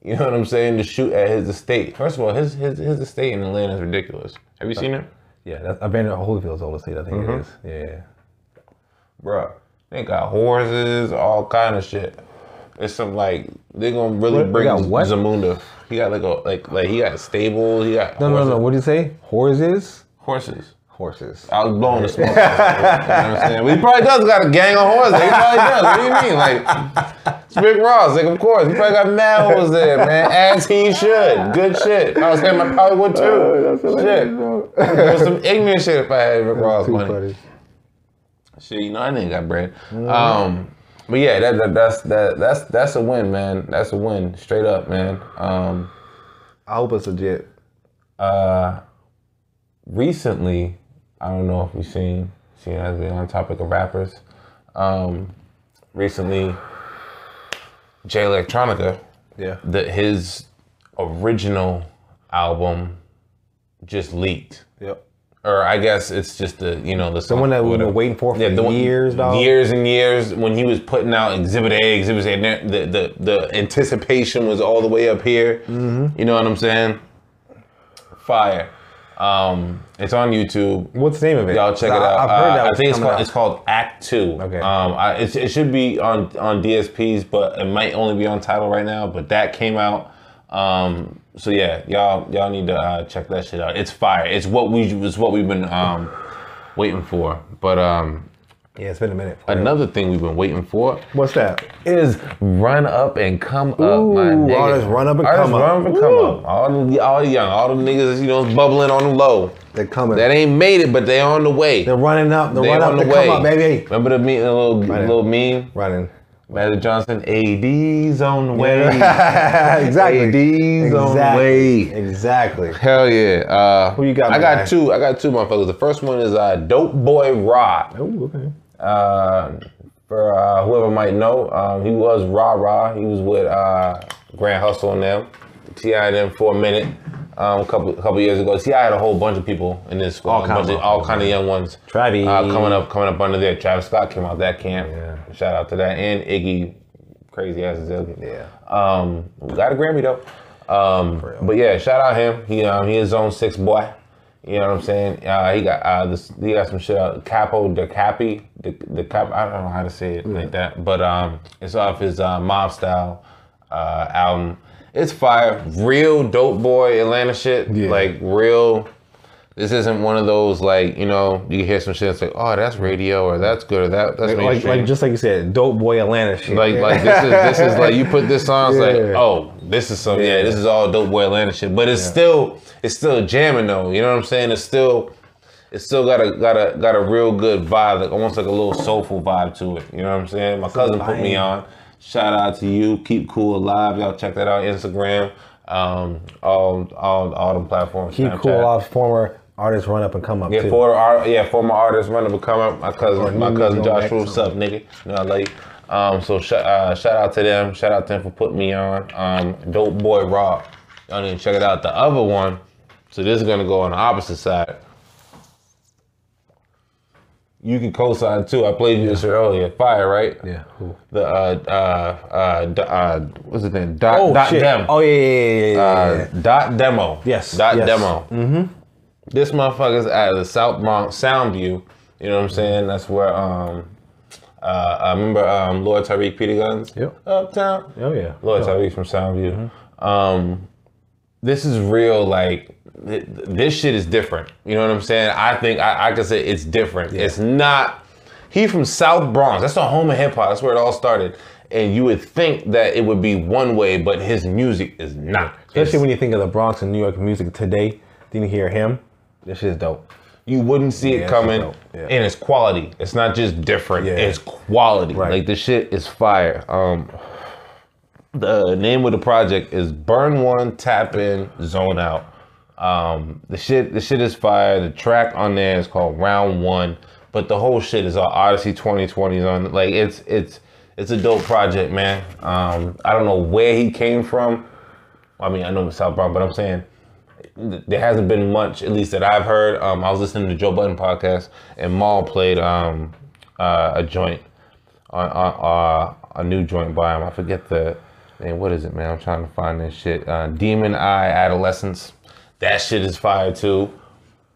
S1: you know what I'm saying, to shoot at his estate. First of all, his his his estate in Atlanta is ridiculous. Have you seen it,
S2: Yeah, that's Evander Holyfield's old estate, I think it is. Yeah.
S1: Bruh, They got horses, all kind of shit. It's some like they're gonna really
S2: What? They
S1: bring
S2: got what?
S1: Zamunda. He got like a like like he got stable. He got
S2: No, no,
S1: horses.
S2: no. What do you say? Horses?
S1: horses.
S2: Horses.
S1: I was blowing the smoke. [laughs] you know what I'm saying? Well, He probably does got a gang of horses. He probably does. What do you mean? Like, it's Rick Ross. Like, of course. He probably got mad hoes there, man. As he should. Good shit. I was saying I probably would too.
S2: Oh,
S1: shit. There's some ignorant shit if I had Rick Ross money. Shit, you know I didn't got bread.
S2: Mm-hmm.
S1: Um, but yeah, that, that that's that that's that's a win, man. That's a win, straight up, man. Um,
S2: I hope it's legit.
S1: recently, I don't know if you've seen, seeing as we're on topic of rappers, um, recently, Jay Electronica,
S2: Yeah.
S1: that his original album just leaked.
S2: Yep.
S1: Or I guess it's just the you know the
S2: The one that we've been waiting for for years, dog.
S1: Years and years when he was putting out Exhibit A, Exhibit A, and that- the the, the anticipation was all the way up here.
S2: Mm-hmm.
S1: You know what I'm saying? Fire. Um, it's on YouTube.
S2: What's the name of it?
S1: Y'all check it
S2: I-
S1: out.
S2: I've heard
S1: Uh,
S2: that
S1: I
S2: was
S1: think it's
S2: coming
S1: called,
S2: out.
S1: it's called Act Two.
S2: Okay.
S1: Um, I, it, it should be on on DSPs, but it might only be on title right now. But that came out. Um, so yeah, y'all y'all need to uh, check that shit out. It's fire. It's what we it's what we've been um, waiting for. But um,
S2: Yeah, it's been a minute. for it.
S1: another thing we've been waiting for
S2: What's that?
S1: is run up and come up, my
S2: Ooh,
S1: nigga.
S2: all this run up and
S1: All this
S2: come up.
S1: run up and come up. All the all the young, all the niggas, you know, bubbling on the low.
S2: They're coming.
S1: That ain't made it, but they on the way.
S2: They're running up. They're
S1: They
S2: running
S1: on
S2: up.
S1: the
S2: They
S1: way.
S2: come up, baby.
S1: Remember the, meme, the little
S2: Right.
S1: little meme?
S2: Running.
S1: Magic Johnson, AD's on the way.
S2: [laughs] exactly.
S1: AD's on the way.
S2: Exactly.
S1: Hell yeah. Uh,
S2: Who you got,
S1: I
S2: my
S1: got
S2: guy?
S1: two. I got two motherfuckers. The first one is uh, Dope Boy Rod.
S2: Oh, okay.
S1: Uh, for uh, whoever might know, um, he was Rah Rah. He was with uh, Grand Hustle and them, Ti and them for a minute, um, a couple couple years ago. Ti had a whole bunch of people in this squad,
S2: All
S1: a bunch
S2: kinda
S1: of- all kind of young ones.
S2: Travis.
S1: uh, coming up, coming up under there. Travis Scott came out that camp.
S2: Yeah.
S1: Shout out to that and Iggy, crazy ass as hell.
S2: Yeah.
S1: Um, got a Grammy though. Um,
S2: real.
S1: but yeah, shout out him. He um, he is Zone Six boy. You know what I'm saying? Uh, he got uh, this. He got some shit out. Capo de Capi, the the Cap. I don't know how to say it like that, but um, it's off his uh, Mob Style uh, album. It's fire, real dope boy Atlanta shit.
S2: Yeah.
S1: Like real. This isn't one of those like you know you hear some shit. It's like oh that's radio or that's good or that that's
S2: Like,
S1: mainstream."
S2: like just like you said, dope boy Atlanta shit.
S1: Like like this is this is like you put this on, it's like
S2: Yeah.
S1: oh this is some yeah. this is all dope boy Atlanta shit. But it's still it's still jamming though. You know what I'm saying? It's still it's still got a got a got a real good vibe, like almost like a little soulful vibe to it. You know what I'm saying? My cousin put me
S2: vibe.
S1: on. Shout out to you, keep cool alive. Y'all check that out Instagram, um, all all all them platforms.
S2: Keep
S1: Snapchat.
S2: Cool Off's former artists run up and come up
S1: Yeah,
S2: too.
S1: former art, yeah, former artist running to come up. My cousin, my
S2: new
S1: cousin
S2: music
S1: Josh
S2: back
S1: Roots
S2: soon.
S1: up, nigga. You know, I like. Um, so sh- uh, shout out to them. Shout out to them for putting me on. Um, Dope Boy Raw. Y'all need to check it out. The other one. So this is gonna go on the opposite side. You can co-sign too. I played you this earlier. Fire, right?
S2: yeah. Who?
S1: The uh uh uh, d- uh what's his name? Dot,
S2: Oh
S1: dot
S2: shit.
S1: Dem.
S2: Oh yeah, yeah, yeah, yeah, yeah, yeah.
S1: Uh, dot demo.
S2: Yes,
S1: Dot
S2: yes.
S1: demo. Mm-hmm. This motherfucker's out of the South Mount Soundview. You know what I'm saying? That's where um uh I remember um Lord Tyreek Peter Guns.
S2: Yep.
S1: Uptown.
S2: Oh yeah.
S1: Lord
S2: Oh.
S1: Tyreek from Soundview.
S2: Mm-hmm.
S1: Um this is real like th- this shit is different. You know what I'm saying? I think I, I could say it's different. It's not he from South Bronx. That's the home of hip hop. That's where it all started. And you would think that it would be one way, but his music is not.
S2: Especially
S1: It's-
S2: when you think of the Bronx and New York music today, then you hear him. This shit's dope.
S1: you wouldn't see it
S2: Yeah,
S1: coming.
S2: it's dope. Yeah.
S1: And it's quality. It's not just different.
S2: Yeah.
S1: It's quality.
S2: Right.
S1: Like the shit is fire. Um, the name of the project is Burn One, Tap In, Zone Out. Um, the shit, the shit is fire. The track on there is called Round One, but the whole shit is all Odyssey 2020s on. Like it's it's it's a dope project, man. Um, I don't know where he came from. I mean, I know it's South Bronx, but I'm saying there hasn't been much, at least that I've heard. Um, I was listening to Joe Budden podcast, and Maul played um, uh, a joint, on, on, uh, a new joint by him. I forget the name. What is it, man? I'm trying to find this shit. Uh, Demon Eye Adolescence. That shit is fire too.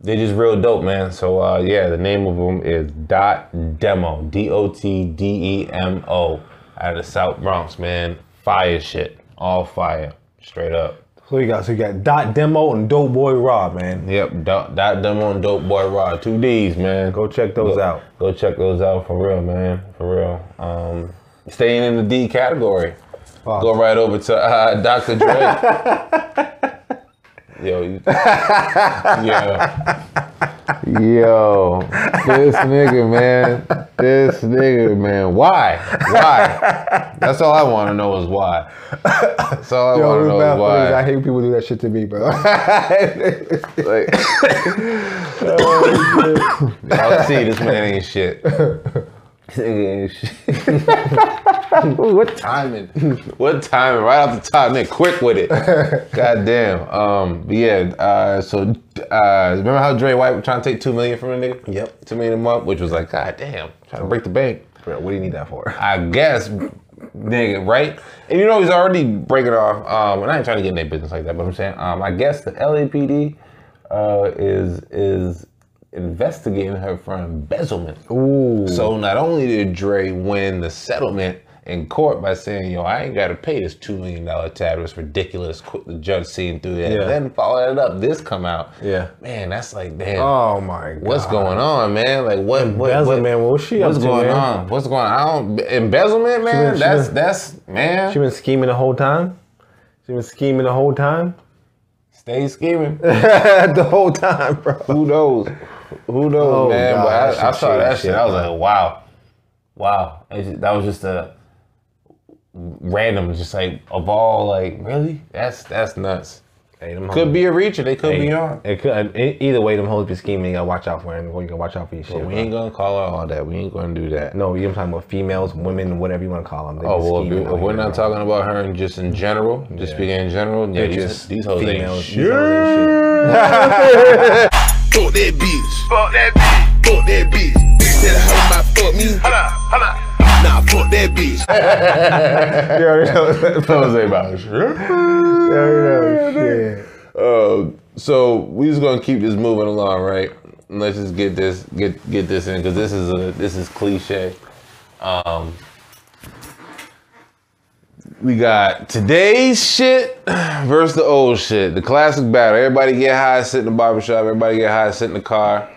S1: They're just real dope, man. So uh, yeah, the name of them is Dot Demo. D O T D E M O. Out of the South Bronx, man. Fire shit. All fire. Straight up.
S2: So you got so you got Dot Demo and Dope Boy Raw, man.
S1: Yep, Dot Dot Demo and Dope Boy Raw, two D's, man.
S2: Go check those out.
S1: Go check those out for real, man. For real. Um, staying in the D category.
S2: Fuck.
S1: Go right over to uh, [laughs] Dr. Dre. Yo, [laughs] you, yeah. Yo, this nigga, man. This nigga, man. Why? Why? That's all I want to know is why. That's all I
S4: Yo,
S1: want to
S4: it was
S1: know
S4: bad
S1: is
S4: for
S1: why.
S4: me. I hate when people do that shit to me,
S1: [laughs]
S4: bro.
S1: Like, y'all see this man ain't shit. This [laughs] nigga ain't shit. [laughs] what timing? What timing? Right off the top, man. Quick with it. God damn. Um, but yeah. Uh, so uh, remember how Dre White was trying to take two million from a nigga?
S2: Yep.
S1: Two million a month, which was like, God damn, trying to break the bank.
S2: Bro, what do you need that for?
S1: I guess, nigga, right? And you know he's already breaking off. Um, and I ain't trying to get in their business like that, but I'm saying, um, I guess the LAPD uh, is is investigating her for embezzlement.
S2: [laughs] Ooh.
S1: So not only did Dre win the settlement in court by saying, "Yo, I ain't got to pay this two million dollar tab. It's ridiculous." Qu- The judge seeing through that,
S2: Yeah.
S1: then follow that up. This come out.
S2: Yeah.
S1: man, that's like damn.
S2: Oh my god.
S1: What's going on, man? Like what? what- what-
S2: Embezzlement, what was she up
S1: What's
S2: to,
S1: going
S2: man?
S1: on? What's going on? I don't, embezzlement, man.
S2: she
S1: that's
S2: been-
S1: that's man.
S2: She been scheming the whole time? She been scheming the whole time?
S1: Stay
S2: [laughs]
S1: scheming.
S2: the whole time, bro.
S1: Who knows? Who knows,
S2: Oh,
S1: man?
S2: God,
S1: but
S2: that shit
S1: I, I saw
S2: changed
S1: that shit.
S2: shit,
S1: I was like, wow, wow. It's just- that was just a random, just like a ball. Like really? That's that's nuts.
S2: Hey, them
S1: Could
S2: hoes-
S1: be a reach, or they could be on.
S2: It could, e- either way, them hoes be scheming. You gotta watch out for them. You gotta watch out for your shit.
S1: We
S2: bro.
S1: ain't gonna call out all that. We ain't gonna do that.
S2: No, you're talking about females, women, whatever you want to call them. They
S1: Oh
S2: be
S1: well, if,
S2: scheming
S1: you-
S2: out
S1: if we're
S2: here,
S1: not
S2: bro.
S1: talking about her and just in general, just
S2: Yeah.
S1: speaking in general, yeah,
S2: They're
S1: these,
S2: just
S1: these hoes ain't
S2: females.
S1: shit.
S2: These hoes ain't shit.
S5: Fuck that bitch. Fuck that bitch. Fuck that bitch. Bitch said how my fuck me. Hold up, hold up. Nah, fuck that bitch.
S1: [laughs] Jose Bowers.
S4: oh, shit.
S1: Uh, so we just gonna keep this moving along, right? And Let's just get this get get this in because this is a this is cliche. Um, we got today's shit versus the old shit. The classic battle. Everybody get high, sit in the barbershop. Everybody get high, sit in the car,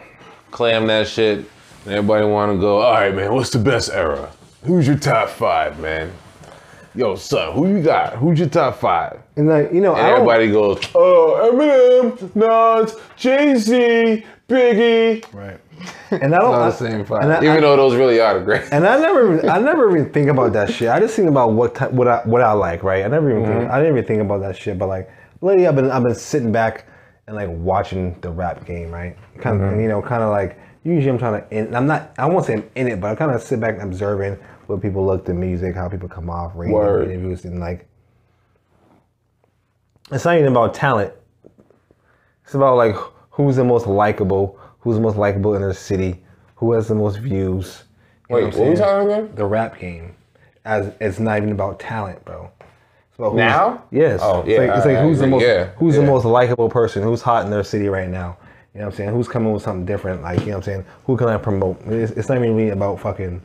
S1: clam that shit. And everybody want to go. All right, man. What's the best era? Who's your top five, man? Yo, son, who you got? Who's your top five?
S2: And like, you know, I
S1: And
S2: don't-
S1: everybody goes, oh, Eminem, Nas, Jay Z, Biggie.
S4: Right.
S2: and I don't.
S1: All
S2: I-
S1: the same five.
S2: And I,
S1: Even
S2: I-
S1: though those really are the great.
S2: and I never, even- I never even think about that shit. I just think about what type, what
S1: Mm-hmm.
S2: I what I like, right? I never even, think, I didn't even think about that shit. But like lately, I've been, I've been sitting back and like watching the rap game, right? Kind
S1: Mm-hmm.
S2: of, you know, kind of like usually I'm trying to. In, I'm not. I won't say I'm in it, but I kind of sit back and observing what people look, the music, how people come off, radio
S1: Word.
S2: interviews, and like. It's not even about talent. It's about like who's the most likable, who's the most likable in their city, who has the most views. You know
S1: [laughs] Wait,
S2: I'm
S1: what we
S2: saying?
S1: talking about?
S2: The rap game, as it's not even about talent, bro. It's about who's-
S1: Now?
S2: Yes.
S1: Oh,
S2: It's
S1: yeah,
S2: like, it's
S1: I-
S2: like
S1: I
S2: who's the
S1: agree.
S2: most
S1: Yeah,
S2: who's the
S1: yeah.
S2: most likable person? Who's hot in their city right now? You know what I'm saying? Who's coming with something different? Like you know what I'm saying? Who can I promote? It's, it's not even really about fucking.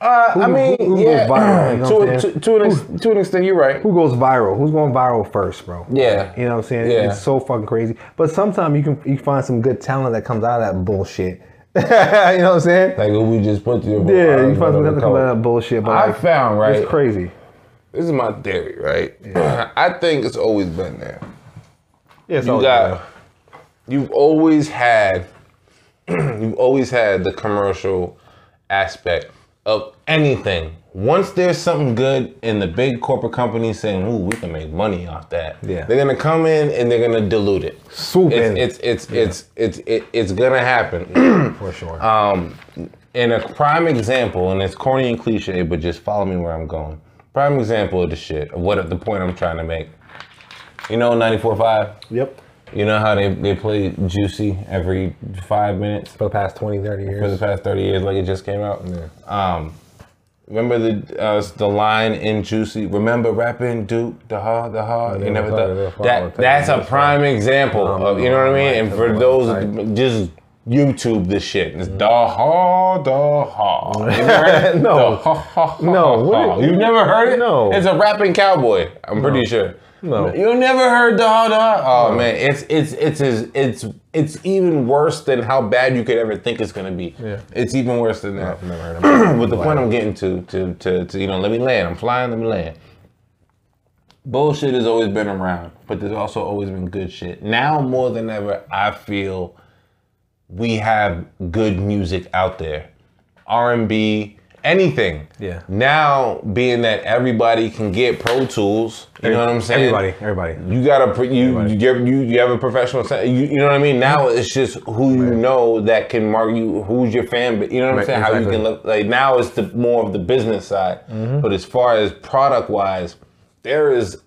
S1: Uh, I
S2: Who-
S1: mean,
S2: who- who goes
S1: yeah.
S2: viral, you know what
S1: to,
S2: I'm
S1: a-
S2: saying?
S1: to, to, an ex, to an extent, you're right.
S2: Who goes viral? Who's going viral first, bro?
S1: Yeah.
S2: You know what I'm saying?
S1: Yeah.
S2: It's so fucking crazy. But sometimes you can you find some good talent that comes out of that bullshit. [laughs] you know what I'm saying?
S1: Like who we just put to the
S2: yeah, you find some talent that comes out of that bullshit. But
S1: I
S2: like,
S1: found, right?
S2: It's crazy.
S1: This is my theory, right? [clears throat] I think it's always been there.
S2: Oh, Yeah, it's
S1: you
S2: all
S1: got
S2: good.
S1: you've always had [clears throat] you've always had the commercial aspect of anything once there's something good in the big corporate companies saying ooh we can make money off that
S2: Yeah.
S1: they're gonna come in and they're gonna dilute it
S2: Swoop in.
S1: it's it's it's it's, it's, it, it's gonna happen [clears throat]
S2: for sure.
S1: Uh, and a prime example, and it's corny and cliche, but just follow me where I'm going. Prime example of the shit, of what the point I'm trying to make. You know, 94.5?
S2: yep.
S1: You know how they, they play Juicy every five minutes
S2: For the past 20, 30 years.
S1: for the past 30 years, like it just came out? Um, remember the uh, the line in Juicy? Remember rapping Duke, the ha, the ha? You never
S2: thought of
S1: thought.
S2: it.
S1: That, that's a prime example of, you know what I mean? And for those, just YouTube this shit. It's
S2: Mm-hmm.
S1: da ha, da
S2: [laughs]
S1: ha. You ever heard it?
S2: No.
S1: Da ha, ha, ha,
S2: No, what
S1: ha.
S2: is-
S1: You've never heard it?
S2: No.
S1: It's a rapping cowboy, I'm pretty sure.
S2: No.
S1: You never heard da ha, da ha? Oh man, it's it's it's as- it's it's even worse than how bad you could ever think it's gonna be.
S2: Yeah.
S1: It's even worse than that.
S2: Never
S1: [clears throat]
S2: heard of it.
S1: But the point I'm getting to, to, to, to, you know, let me land. I'm flying, let me land. Bullshit has always been around, but there's also always been good shit. Now more than ever, I feel we have good music out there, R and B, anything.
S2: Yeah.
S1: Now being that everybody can get Pro Tools, you know what I'm saying?
S2: Everybody, everybody.
S1: You got to you you you you have a professional set. You, you know what I mean. Now it's just who you know that can mark you. Who's your fan? But you know what I'm
S2: Right,
S1: saying. How you
S2: exactly. Mm-hmm.
S1: can look like now it's the more of the business side. But as far as product wise, there is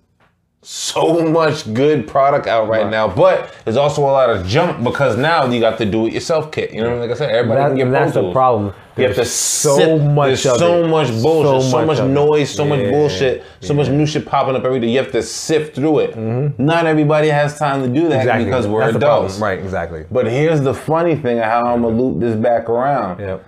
S1: so much good product out right, now. But there's also a lot of junk because now you got the do it yourself kit. You know what I mean? Like I said, everybody
S2: That-
S1: can get Pro
S2: that's the
S1: Tools.
S2: problem.
S1: You have to
S2: There's so
S1: sip-
S2: much
S1: There's
S2: of
S1: so
S2: it.
S1: much
S2: So
S1: bullshit, so
S2: much
S1: much,
S2: of it.
S1: noise, so much
S2: Yeah. Mm-hmm.
S1: bullshit so much new shit popping up every day. You have to sift through it. Not everybody has time to do that
S2: Exactly.
S1: because we're
S2: That's the problem.
S1: adults.
S2: Right, exactly.
S1: But here's the funny thing of how I'm gonna loop this back around.
S2: Yep.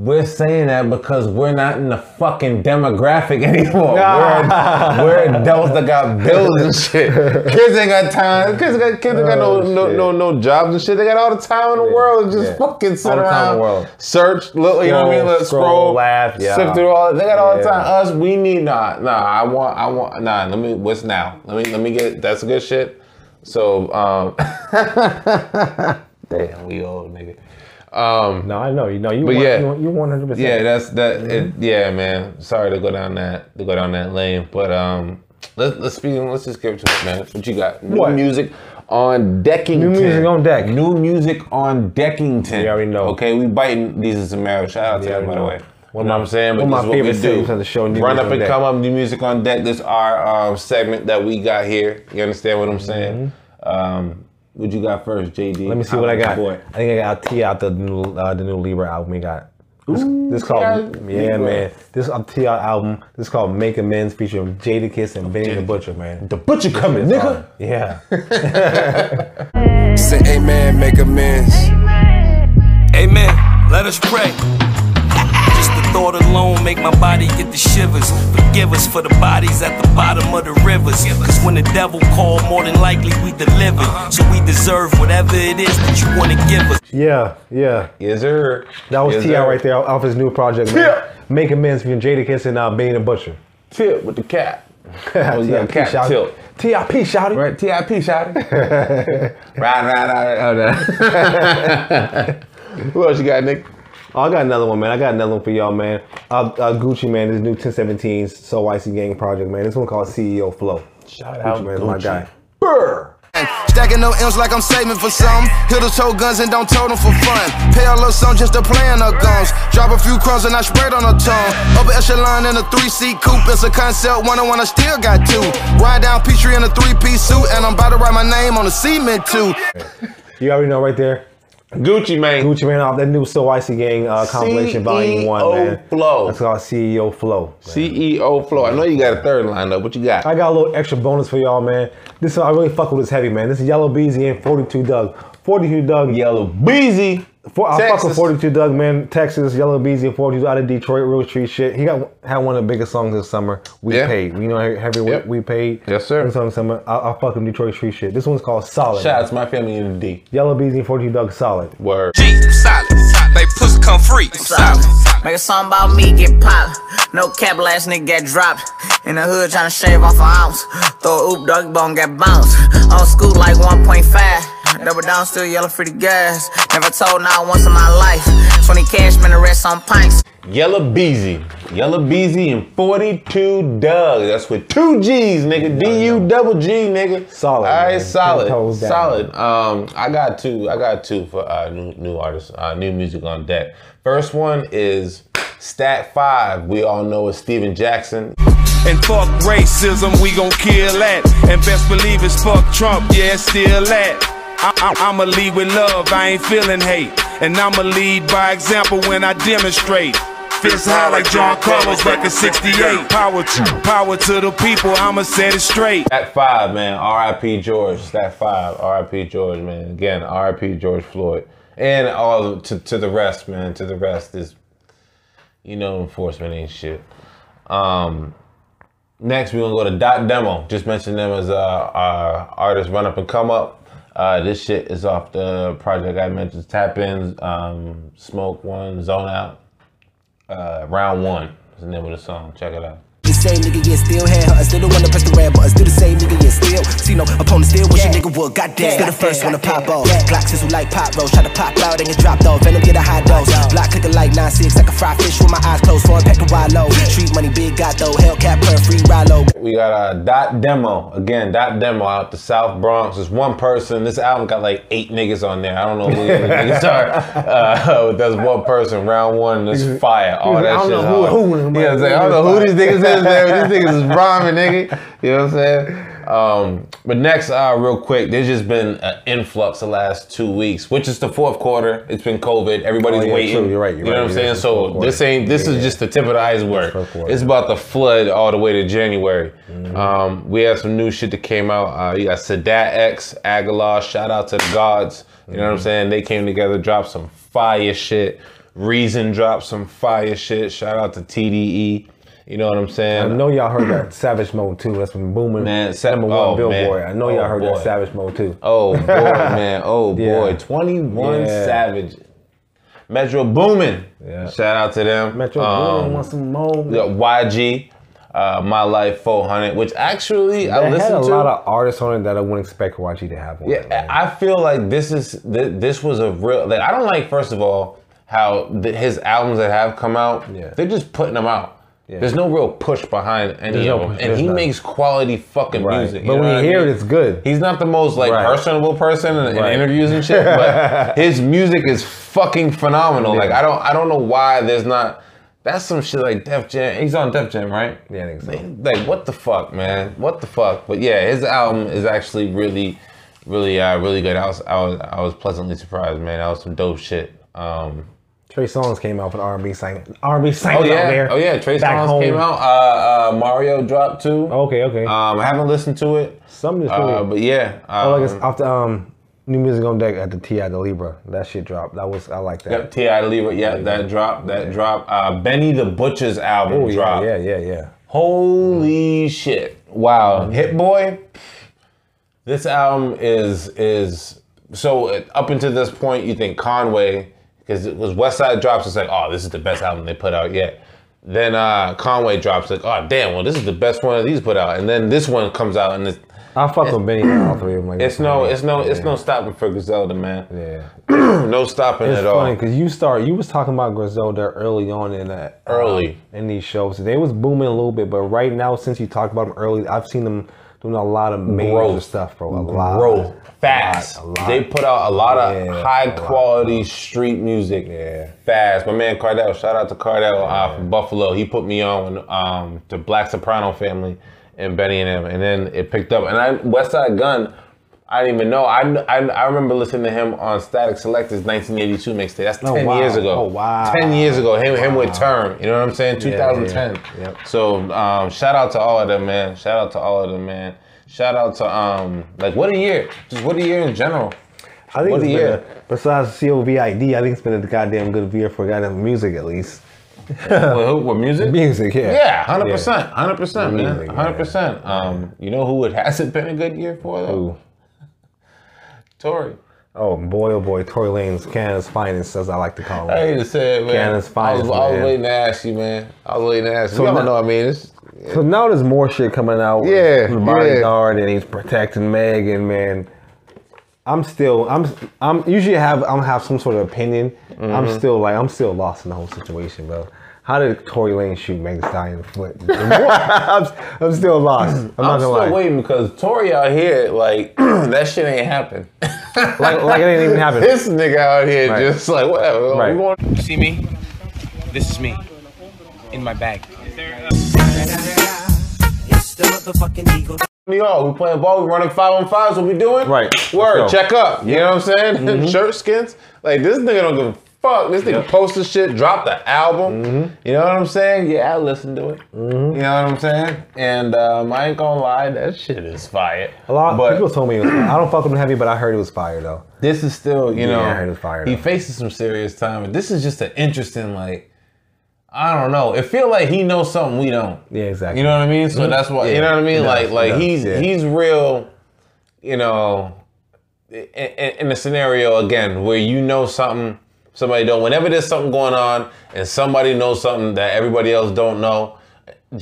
S1: We're saying that because we're not in the fucking demographic [laughs] anymore.
S2: [laughs]
S1: We're, we're adults that got bills and shit. Kids ain't got time. Kids got kids ain't got no, no no no jobs and shit. They got all the time in the world to just
S2: Oh, yeah.
S1: fucking sit
S2: All the
S1: around,
S2: time in the world.
S1: search, look, you know what I mean?
S2: Scroll,
S1: Look,
S2: scroll,
S1: scroll,
S2: laugh, yeah.
S1: sift through all. They got all the
S2: Yeah.
S1: time. Us, we need nah nah. I want I want nah. Let me what's now? Let me let me get that's good shit. So um, [laughs] damn, we old nigga. Um,
S2: No, I know. You know, you,
S1: But
S2: want,
S1: yeah.
S2: you, want- you 100%.
S1: yeah, that's that. It,
S2: Mm-hmm.
S1: yeah, man. Sorry to go down that to go down that lane, but um, let, let's speak. Let's just get to it, man. What you got? New
S2: What?
S1: music on decking.
S2: New music on deck.
S1: New music on Deckington.
S2: We already know.
S1: Okay, we biting these is some marrow. Shout out to
S2: We
S1: them,
S2: already
S1: by the
S2: know.
S1: way.
S2: One
S1: you know
S2: of
S1: what I'm saying? But this is
S2: one of my
S1: what we
S2: favorite
S1: do.
S2: segments of the show, New
S1: Run
S2: Music
S1: up
S2: on
S1: and
S2: Deck.
S1: come up, new music on deck. This our um, segment that we got here. You understand what I'm saying? Um, what you got first, JD?
S2: Mm-hmm. Let me see what I got. I think I got T out the new uh, the new Libra album we got. This, this called
S1: T.I.
S2: yeah
S1: Libra.
S2: man. This uh, T out album. This is called Make Amends featuring Jada Kiss and Benny the Butcher man.
S1: The butcher coming, nigga.
S2: Yeah.
S6: Say amen, make amends.
S7: Amen. Let us pray. Just the thought alone make my body get the shivers. Forgive us for the bodies at the bottom of the rivers. Cause when the devil called, more than likely we delivered. So we deserve whatever it is that you wanna give us.
S2: [laughs] yeah. Yeah.
S1: Yes, sir.
S2: That was
S1: yes,
S2: T.I.
S1: sir.
S2: right there off his new project, man.
S1: Yeah.
S2: Make Amends from Jada Kiss and uh, Benny the Butcher.
S1: Tip with the cap.
S2: [laughs]
S1: Oh, yeah, cap
S2: shout-
S1: tilt.
S2: T.I.P. shouted.
S1: Right, TIP shouting. right, right, right. Who else you got, Nick?
S2: Oh, I got another one, man. I got another one for y'all, man. Uh, uh, Gucci, man, this new 1017's So E Icy Gang project, man. This one called CEO Flow. Shout
S1: out
S2: man, my
S1: Gucci.
S2: guy.
S6: Burr. Stacking no M's like I'm saving for something. Hit the tow guns and don't tote them for fun. Pay a little something just to play on her guns. Drop a few crumbs and I sprayed on her tongue. Upper echelon in a three seat coupe. It's a concept one on one, I still got two. Ride down Petrie in a three piece suit, and I'm about to write my name on a cement too.
S2: You already know right there.
S1: Gucci Mane.
S2: Gucci Mane off that new So Icy Gang uh, compilation volume one, man.
S1: CEO E Flow.
S2: That's called CEO Flow. man.
S1: CEO Flow. E I know you got a third lined up. What you got?
S2: I got a little extra bonus for y'all, man. This I really fuck with this heavy, man. This is Yellow Beezy and 42 Doug. 42 Doug.
S1: Yellow Beezy.
S2: For, I fuck with
S1: Texas.
S2: 42 Doug, man. Texas, Yellow Beezy and 42 out of Detroit, real street shit. He got had one of the biggest songs this summer. We
S1: Yeah.
S2: paid. We know heavy.
S1: Yep.
S2: We paid.
S1: Yes, sir.
S2: Biggest Song this summer. I, I fuck with Detroit street shit. This one's called Solid.
S1: Shout out to my family in the D.
S2: Yellow Beezy and 42 Doug Solid.
S1: Word.
S7: I'm solid. They pussy come free. I'm solid.
S8: Make a song about me get popped. No cap, last nigga get dropped. In the hood tryna shave off an ounce. Throw a oop, dog bone, get bounced. On school like 1.5. Double down, still yelling for the gas. Never told not once in my life. 20 cash, man, the rest on pints.
S1: Yellow Beezy. Yellow Beezy and 42 Doug. That's with two G's, nigga. D U double G, nigga.
S2: Solid,
S1: All right,
S2: man. Ten
S1: solid.
S2: toes down.
S1: Solid. Um, I got two. I got two for uh, new new artists, uh, new music on deck. First one is Stat Five. We all know it's Steven Jackson.
S9: And fuck racism, we gon' kill that. And best believe it's fuck Trump, yeah, it's still that. I- I- I'ma lead with love, I ain't feeling hate. And I'ma lead by example when I demonstrate. Fist high like John Carlos back in 68. Power to, power to the people, I'ma set it straight.
S1: Stat Five, man. R.I.P. George. Stat Five. R.I.P. George, man. Again, R.I.P. George Floyd. And all the- to, to the rest, man. To the rest is, you know, enforcement ain't shit. Um, next we're gonna go to Dot Demo. Just mentioned them as uh, our artist run up and come up. Uh, this shit is off the project I mentioned. Tap in, um, smoke one, zone out. Uh, round one is the name of the song. Check it out.
S10: The same nigga, yeah, still had her. I still the one to press the red button. Still the same nigga, yeah, still. See no opponent, still wish a nigga would. Goddamn, still the first one to pop off. Glocks is who like pop rolls. Try to pop out and get dropped off. Venom get a high dose. Block clicking like 9-6. Like a fried fish with my eyes closed. For a pack of wide low. Street money, big got though. Hellcat, per free ride low.
S1: We got a dot demo again. Dot demo out the South Bronx. It's one person. This album got like eight niggas on there. I don't know who the other niggas are.
S2: [laughs]
S1: Uh, [laughs] that's one person. Round one. This fire. All
S2: like,
S1: that
S2: I don't
S1: shit.
S2: know
S1: is
S2: who-
S1: hard.
S2: who-
S1: yeah, I, was like, I don't know
S2: [laughs]
S1: who these niggas is. Man. These niggas is rhyming, nigga. You know what I'm saying? Um, but next, uh, real quick, there's just been an influx the last two weeks, which is the fourth quarter. It's been COVID. Everybody's
S2: Oh, yeah,
S1: waiting.
S2: true. You're right, you're
S1: you know
S2: right.
S1: what I'm
S2: Yeah,
S1: saying?
S2: it's the fourth
S1: So
S2: quarter.
S1: this ain't. This
S2: Yeah.
S1: is just the tip of the iceberg.
S2: Fourth quarter.
S1: It's about to flood all the way to January.
S2: Mm-hmm.
S1: Um, we had some new shit that came out. Uh, you got Sadat X, Aguilar. Shout out to the gods. You know what
S2: Mm-hmm.
S1: I'm saying? They came together, dropped some fire shit. Reason dropped some fire shit. Shout out to TDE. You know what I'm saying?
S2: I know y'all
S1: [clears throat]
S2: heard that Savage Mode too. That's been booming.
S1: Man, Sa-
S2: number one
S1: oh,
S2: Billboard.
S1: man.
S2: I know y'all
S1: Oh,
S2: heard
S1: boy.
S2: that Savage Mode too.
S1: Oh
S2: [laughs]
S1: boy, man. Oh
S2: Yeah.
S1: boy. 21
S2: Yeah.
S1: Savage. Metro Boomin.
S2: Yeah.
S1: Shout out to them.
S2: Metro
S1: Um,
S2: Boomin wants some more.
S1: We got YG, uh, My Life 400, which actually I
S2: I had a
S1: listened to.
S2: lot of artists on it that I wouldn't expect YG to have on. it,
S1: yeah,
S2: man.
S1: I I feel like this is th- this was a real. Like, I don't like first of all how th- his albums that have come out.
S2: Yeah.
S1: They're just putting them out. There's no real push behind any
S2: There's no
S1: of them,
S2: push,
S1: and
S2: there's
S1: he
S2: none.
S1: makes quality fucking
S2: Right.
S1: music.
S2: But
S1: know
S2: when
S1: what
S2: you
S1: I
S2: hear
S1: mean?
S2: it, it's good.
S1: He's not the most like
S2: Right.
S1: personable person in, in
S2: Right.
S1: interviews and shit,
S2: [laughs]
S1: but his music is fucking phenomenal. Like I don't I don't know why there's not that's some shit like Def Jam. He's on Def Jam, right?
S2: Yeah, I think so.
S1: Like what the fuck, man? What the fuck? But yeah, his album is actually really, really, uh, really good. I was I was I was pleasantly surprised, man. That was some dope shit. Um,
S2: Trey Songz came out with R&B sing R&B singers
S1: oh
S2: out
S1: yeah,
S2: there.
S1: oh yeah. Trey
S2: Back
S1: Songz
S2: home.
S1: came out. Uh, uh, Mario dropped too.
S2: Okay, okay.
S1: Um, I haven't listened to it.
S2: Some just really.
S1: Uh, but yeah.
S2: I like it's
S1: um,
S2: off the um, new music on deck at the Ti the Libra. That shit dropped. That was I like that.
S1: Yep, T.I. Leroy. Yeah, that drop, that drop. Uh, Benny the Butcher's album
S2: Oh yeah,
S1: drop.
S2: yeah, yeah, yeah.
S1: Holy shit! Wow, Hit Boy. This album is is so uh, up until this point, you think Conway because it was West Side drops. It's like, oh, this is the best album they put out yet. Then uh, Conway drops like, oh damn, well this is the best one of these put out. And then this one comes out, and it's,
S2: I fuck with Benny and all three of them. Like
S1: it's no, it's no, it's no stopping for Griselda, man.
S2: Yeah.
S1: No stopping
S2: It's
S1: at
S2: funny
S1: all.
S2: because you start you was talking about Griselda early on in that uh,
S1: Early.
S2: in these shows. They was booming a little bit, but right now since you talked about them early, I've seen them doing a lot of major
S1: Growth.
S2: stuff, bro. A lot.
S1: Growth fast.
S2: A lot, a lot.
S1: They put out a lot of
S2: Yeah,
S1: high
S2: a lot.
S1: quality street music.
S2: Yeah.
S1: fast. My man Cardell, shout out to Cardell uh, from Buffalo. He put me on um, to Black Soprano Family and Benny and him, and then it picked up. And I West Side Gun. I didn't even know. I, I, I remember listening to him on Static Selector's 1982 mixtape. That's
S2: Oh,
S1: 10
S2: wow.
S1: years ago.
S2: Oh, wow.
S1: Ten years ago. Him, him with Term. You know what I'm saying? 2010.
S2: yeah. Yep.
S1: So um, shout out to all of them, man. Shout out to all of them, man. Shout out to um like what a year. Just what a year in general.
S2: I think
S1: What
S2: it's
S1: a
S2: been
S1: year.
S2: a- besides COVID, I think it's been a goddamn good year for goddamn music at least.
S1: with, who- with music?
S2: Music, yeah.
S1: Yeah, hundred percent, hundred percent, man,
S2: Amazing,
S1: hundred percent. Um, you know who it [laughs] hasn't been a good year for though?
S2: Who?
S1: Tory.
S2: Oh boy, oh boy, Tory Lane's Canada's finest, as I like to call him.
S1: I hate to say it, man.
S2: Cannon's
S1: I was,
S2: finest,
S1: I was
S2: man.
S1: waiting to ask you, man. I was waiting to ask you.
S2: So
S1: So you
S2: now-
S1: don't know, what I mean, it's
S2: So now there's more shit coming out. with
S1: Yeah,
S2: the
S1: yeah.
S2: bodyguard and he's protecting Megan, man. I'm still, I'm, I'm usually have, I'm have some sort of opinion. I'm
S1: Mm-hmm.
S2: still like, I'm still lost in the whole situation, bro. How did Tory Lane shoot Megan Stein in
S1: [laughs]
S2: the foot? I'm, I'm still lost. I'm, not
S1: I'm
S2: gonna
S1: still
S2: lie.
S1: waiting because Tory out here, like [clears throat] that shit ain't happen.
S2: Like, like it
S1: [laughs]
S2: didn't even happen.
S1: this nigga out here
S2: Right.
S1: just like whatever.
S2: Right.
S1: We want
S7: You see me? This is me. In my bag.
S1: New York. We playing ball. We running five on fives. What we doing?
S2: Right.
S1: Word.
S2: Let's go. Mm-hmm.
S1: Check up. You know what I'm saying? [laughs] Shirt skins. Like this nigga don't give a fuck. This nigga posted shit. Dropped the album.
S2: Mm-hmm.
S1: You know what I'm saying? Yeah, I listened to it. You know what I'm saying? And um, I ain't gonna lie, that shit is fire.
S2: A lot
S1: But
S2: people told me it was fire. I don't fuck with him heavy, but I heard it was fire though.
S1: this is still, you
S2: Yeah,
S1: know,
S2: I heard it was fire,
S1: he
S2: though.
S1: faces some serious time. But this is just an interesting, like, I don't know. It feel like he knows something we don't.
S2: Yeah, exactly. Mm-hmm.
S1: You know what I mean? So that's why you know what I mean.
S2: Yeah,
S1: like like
S2: yeah,
S1: he's
S2: yeah.
S1: he's real. You know, in, in a scenario again where you know something somebody don't. Whenever there's something going on and somebody knows something that everybody else don't know.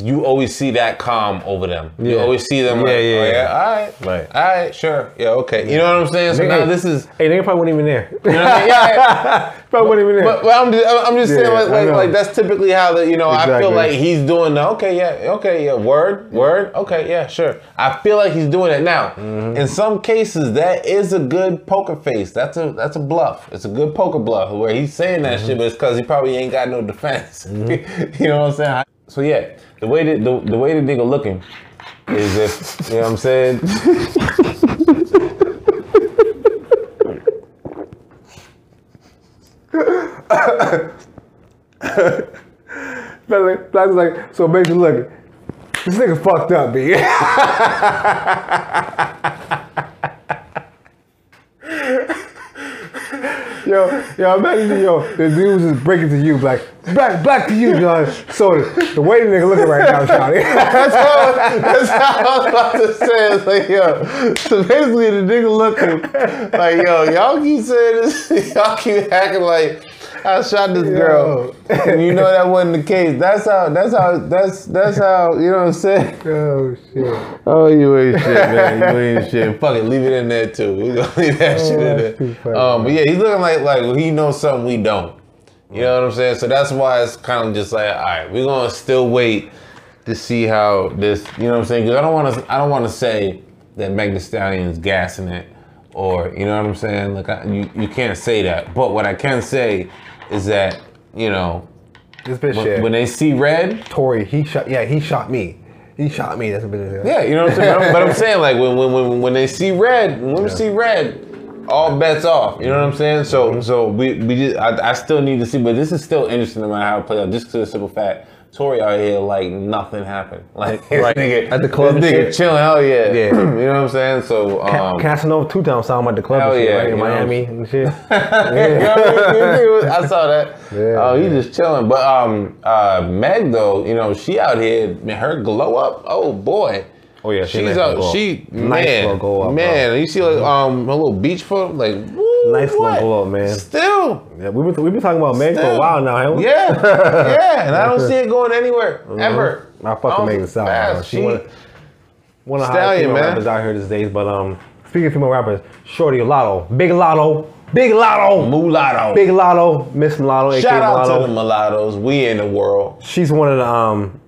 S1: You always see that calm over them. You
S2: Yeah.
S1: always see them.
S2: Yeah,
S1: like,
S2: yeah,
S1: oh,
S2: yeah.
S1: All right,
S2: Right.
S1: all right, sure, yeah, okay. You know what I'm saying? So now
S2: Hey,
S1: this is,
S2: Hey, they probably weren't even there.
S1: you know what I mean? Yeah, yeah.
S2: [laughs] probably weren't even there.
S1: But, but I'm just, I'm just
S2: Yeah,
S1: saying, like,
S2: I
S1: like,
S2: know.
S1: like, that's typically how the, you know, I feel
S2: Exactly.
S1: like he's doing the, okay, yeah, okay, yeah, word, word, okay, yeah, sure. I feel like he's doing it now.
S2: Mm-hmm.
S1: In some cases, that is a good poker face. That's a, that's a bluff. It's a good poker bluff where he's saying that
S2: Mm-hmm.
S1: shit, but it's because he probably ain't got no defense. [laughs] you know what I'm saying? So yeah, the way that the, the way the nigga looking is if, you know what I'm saying?
S2: Black was like, so basically, look, this nigga fucked up, B. [laughs] yo, yo, imagine, yo, the dude was just breaking to you, black, black, black to you, John. So the way the nigga looking right now, Johnny. [laughs]
S1: [laughs] That's how, that's how I was about to say. It's like, yo. So basically, the nigga looking like, yo, y'all keep saying this, [laughs] y'all keep acting like I shot this girl. And you know that wasn't the case. That's how. That's how. That's that's how. You know what I'm saying?
S2: oh, shit.
S1: Oh, you ain't shit,
S2: [laughs]
S1: man. You ain't shit. Fuck it, leave it in there too. We gonna [laughs] leave that shit
S2: Oh,
S1: in
S2: that's too
S1: there.
S2: funny,
S1: Um, but yeah, he's looking like like he knows something we don't. You know what I'm saying? So that's why it's kind of just like, all right, we're gonna still wait to see how this. You know what I'm saying? Because I don't want to. I don't want to say that Meg Thee Stallion's gassing it, or you know what I'm saying? Like I, you, you can't say that. But what I can say is that you know
S2: This bitch
S1: when,
S2: shit.
S1: when they see red,
S2: Tory, he shot, yeah, he shot me. He shot me, that's a bitch.
S1: Yeah, you know what I'm saying. But I'm, but I'm saying like when when when when they see red, when women see red, all bets off. You know what I'm saying? So so we we just I, I still need to see, but this is still interesting no matter how it plays out. Just to the simple fact, Tory out here like nothing happened. [laughs] Like this
S2: Right.
S1: nigga
S2: At the club and
S1: this nigga
S2: shit.
S1: chilling. Hell yeah,
S2: Yeah.
S1: [clears throat] you know what I'm saying? So um,
S2: Casanova two times saw him at the club
S1: Hell
S2: and shit,
S1: yeah,
S2: right, in
S1: you know.
S2: Miami
S1: [laughs]
S2: and shit.
S1: You know what I mean? He was- I saw that.
S2: Yeah,
S1: oh, he
S2: yeah.
S1: just chilling. But um, uh, Meg though, you know, she out here. man, Her glow up. Oh boy.
S2: Oh, yeah, she
S1: she's
S2: nice
S1: out.
S2: little glow
S1: She
S2: up. Nice
S1: man,
S2: little glow up, Mm-hmm.
S1: man. You see like um, her little beach photo, like woo,
S2: Nice little
S1: what?
S2: glow up, man.
S1: Still,
S2: Yeah, we've been, we've been talking about Meg for a
S1: Still.
S2: while now, haven't we? Mm-hmm.
S1: yeah,
S2: [laughs]
S1: yeah. And I don't see it going anywhere ever.
S2: I fucking
S1: don't-
S2: Megan Thee Stallion,
S1: fast.
S2: bro. She
S1: She,
S2: wanna- One of the
S1: Stallion,
S2: highest female
S1: man.
S2: rappers out here these days. But um, speaking of female rappers, Shorty Lotto, Big Lotto, Big Lotto,
S1: mulatto.
S2: Big Lotto, Miss Mulatto, aka
S1: Shout out to
S2: Mulatto.
S1: the mulattoes. We in the world.
S2: She's one of the um,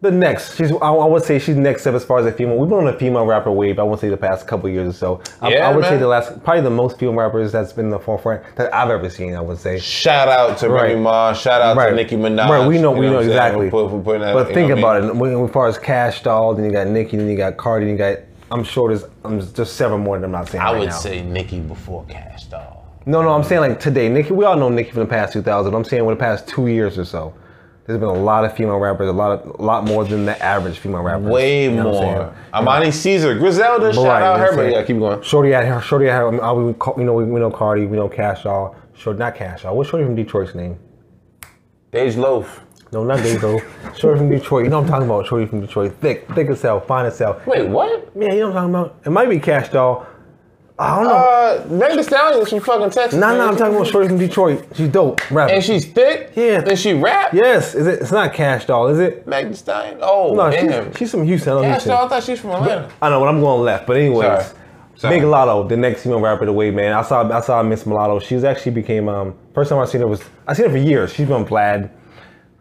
S2: the next. She's. I, I would say she's next up as far as a female. We've been on a female rapper wave. I would say the past couple years or so. I,
S1: Yeah,
S2: I would say
S1: man.
S2: the last, probably the most female rappers that's been in the forefront that I've ever seen. I would say.
S1: Shout out to
S2: Right.
S1: Remy Ma. Shout out to Nicki Minaj.
S2: Right, we know,
S1: you
S2: we know,
S1: what I'm saying?
S2: exactly.
S1: For- for putting that-
S2: but
S1: you
S2: think
S1: know what I
S2: about
S1: mean?
S2: it. When, as far as Cash Doll, then you got Nicki, then you got Cardi, then you got. I'm sure there's, um just several more that I'm not saying.
S1: I
S2: right
S1: would
S2: now.
S1: say Nicki before Cash Doll.
S2: No, no, I'm saying like today, Nicki. We all know Nicki from the past 2000. but I'm saying over the past two years or so, there's been a lot of female rappers, a lot of, a lot more than the average female rapper.
S1: Way more. Amani Caesar, Griselda. shout out her, but yeah, keep going.
S2: Shorty had her. Shorty had. her- I mean, we, call, you know, we, we know Cardi. We know Cash All. Short, not Cash All. What's Shorty from Detroit's name?
S1: Dej Loaf.
S2: No, not Dago.
S1: [laughs]
S2: Shorty from Detroit. You know what I'm talking about. Shorty from Detroit. Thick, thick as hell, fine as hell.
S1: Wait, what?
S2: Yeah, you know what I'm talking about. It might be Cash Doll. I don't know.
S1: Uh, Megan Thee Stallion is from fucking Texas.
S2: nah,
S1: man.
S2: nah, I'm talking about Shorty from Detroit. She's dope. Rapper.
S1: And she's thick.
S2: Yeah.
S1: And she rap.
S2: yes, is it? It's not Cash Doll, is it?
S1: Megan Thee Stallion. Oh,
S2: No,
S1: damn.
S2: she's, she's from Houston. I love
S1: Cash
S2: Houston.
S1: Doll. I thought she's from Atlanta.
S2: I know, but I'm going left. But anyways,
S1: Sorry. Sorry.
S2: Big Lotto, the next female rapper to wave, man. I saw I saw Miss Mulatto. She's actually became um first time I seen her was I seen her for years. She's been Vlad,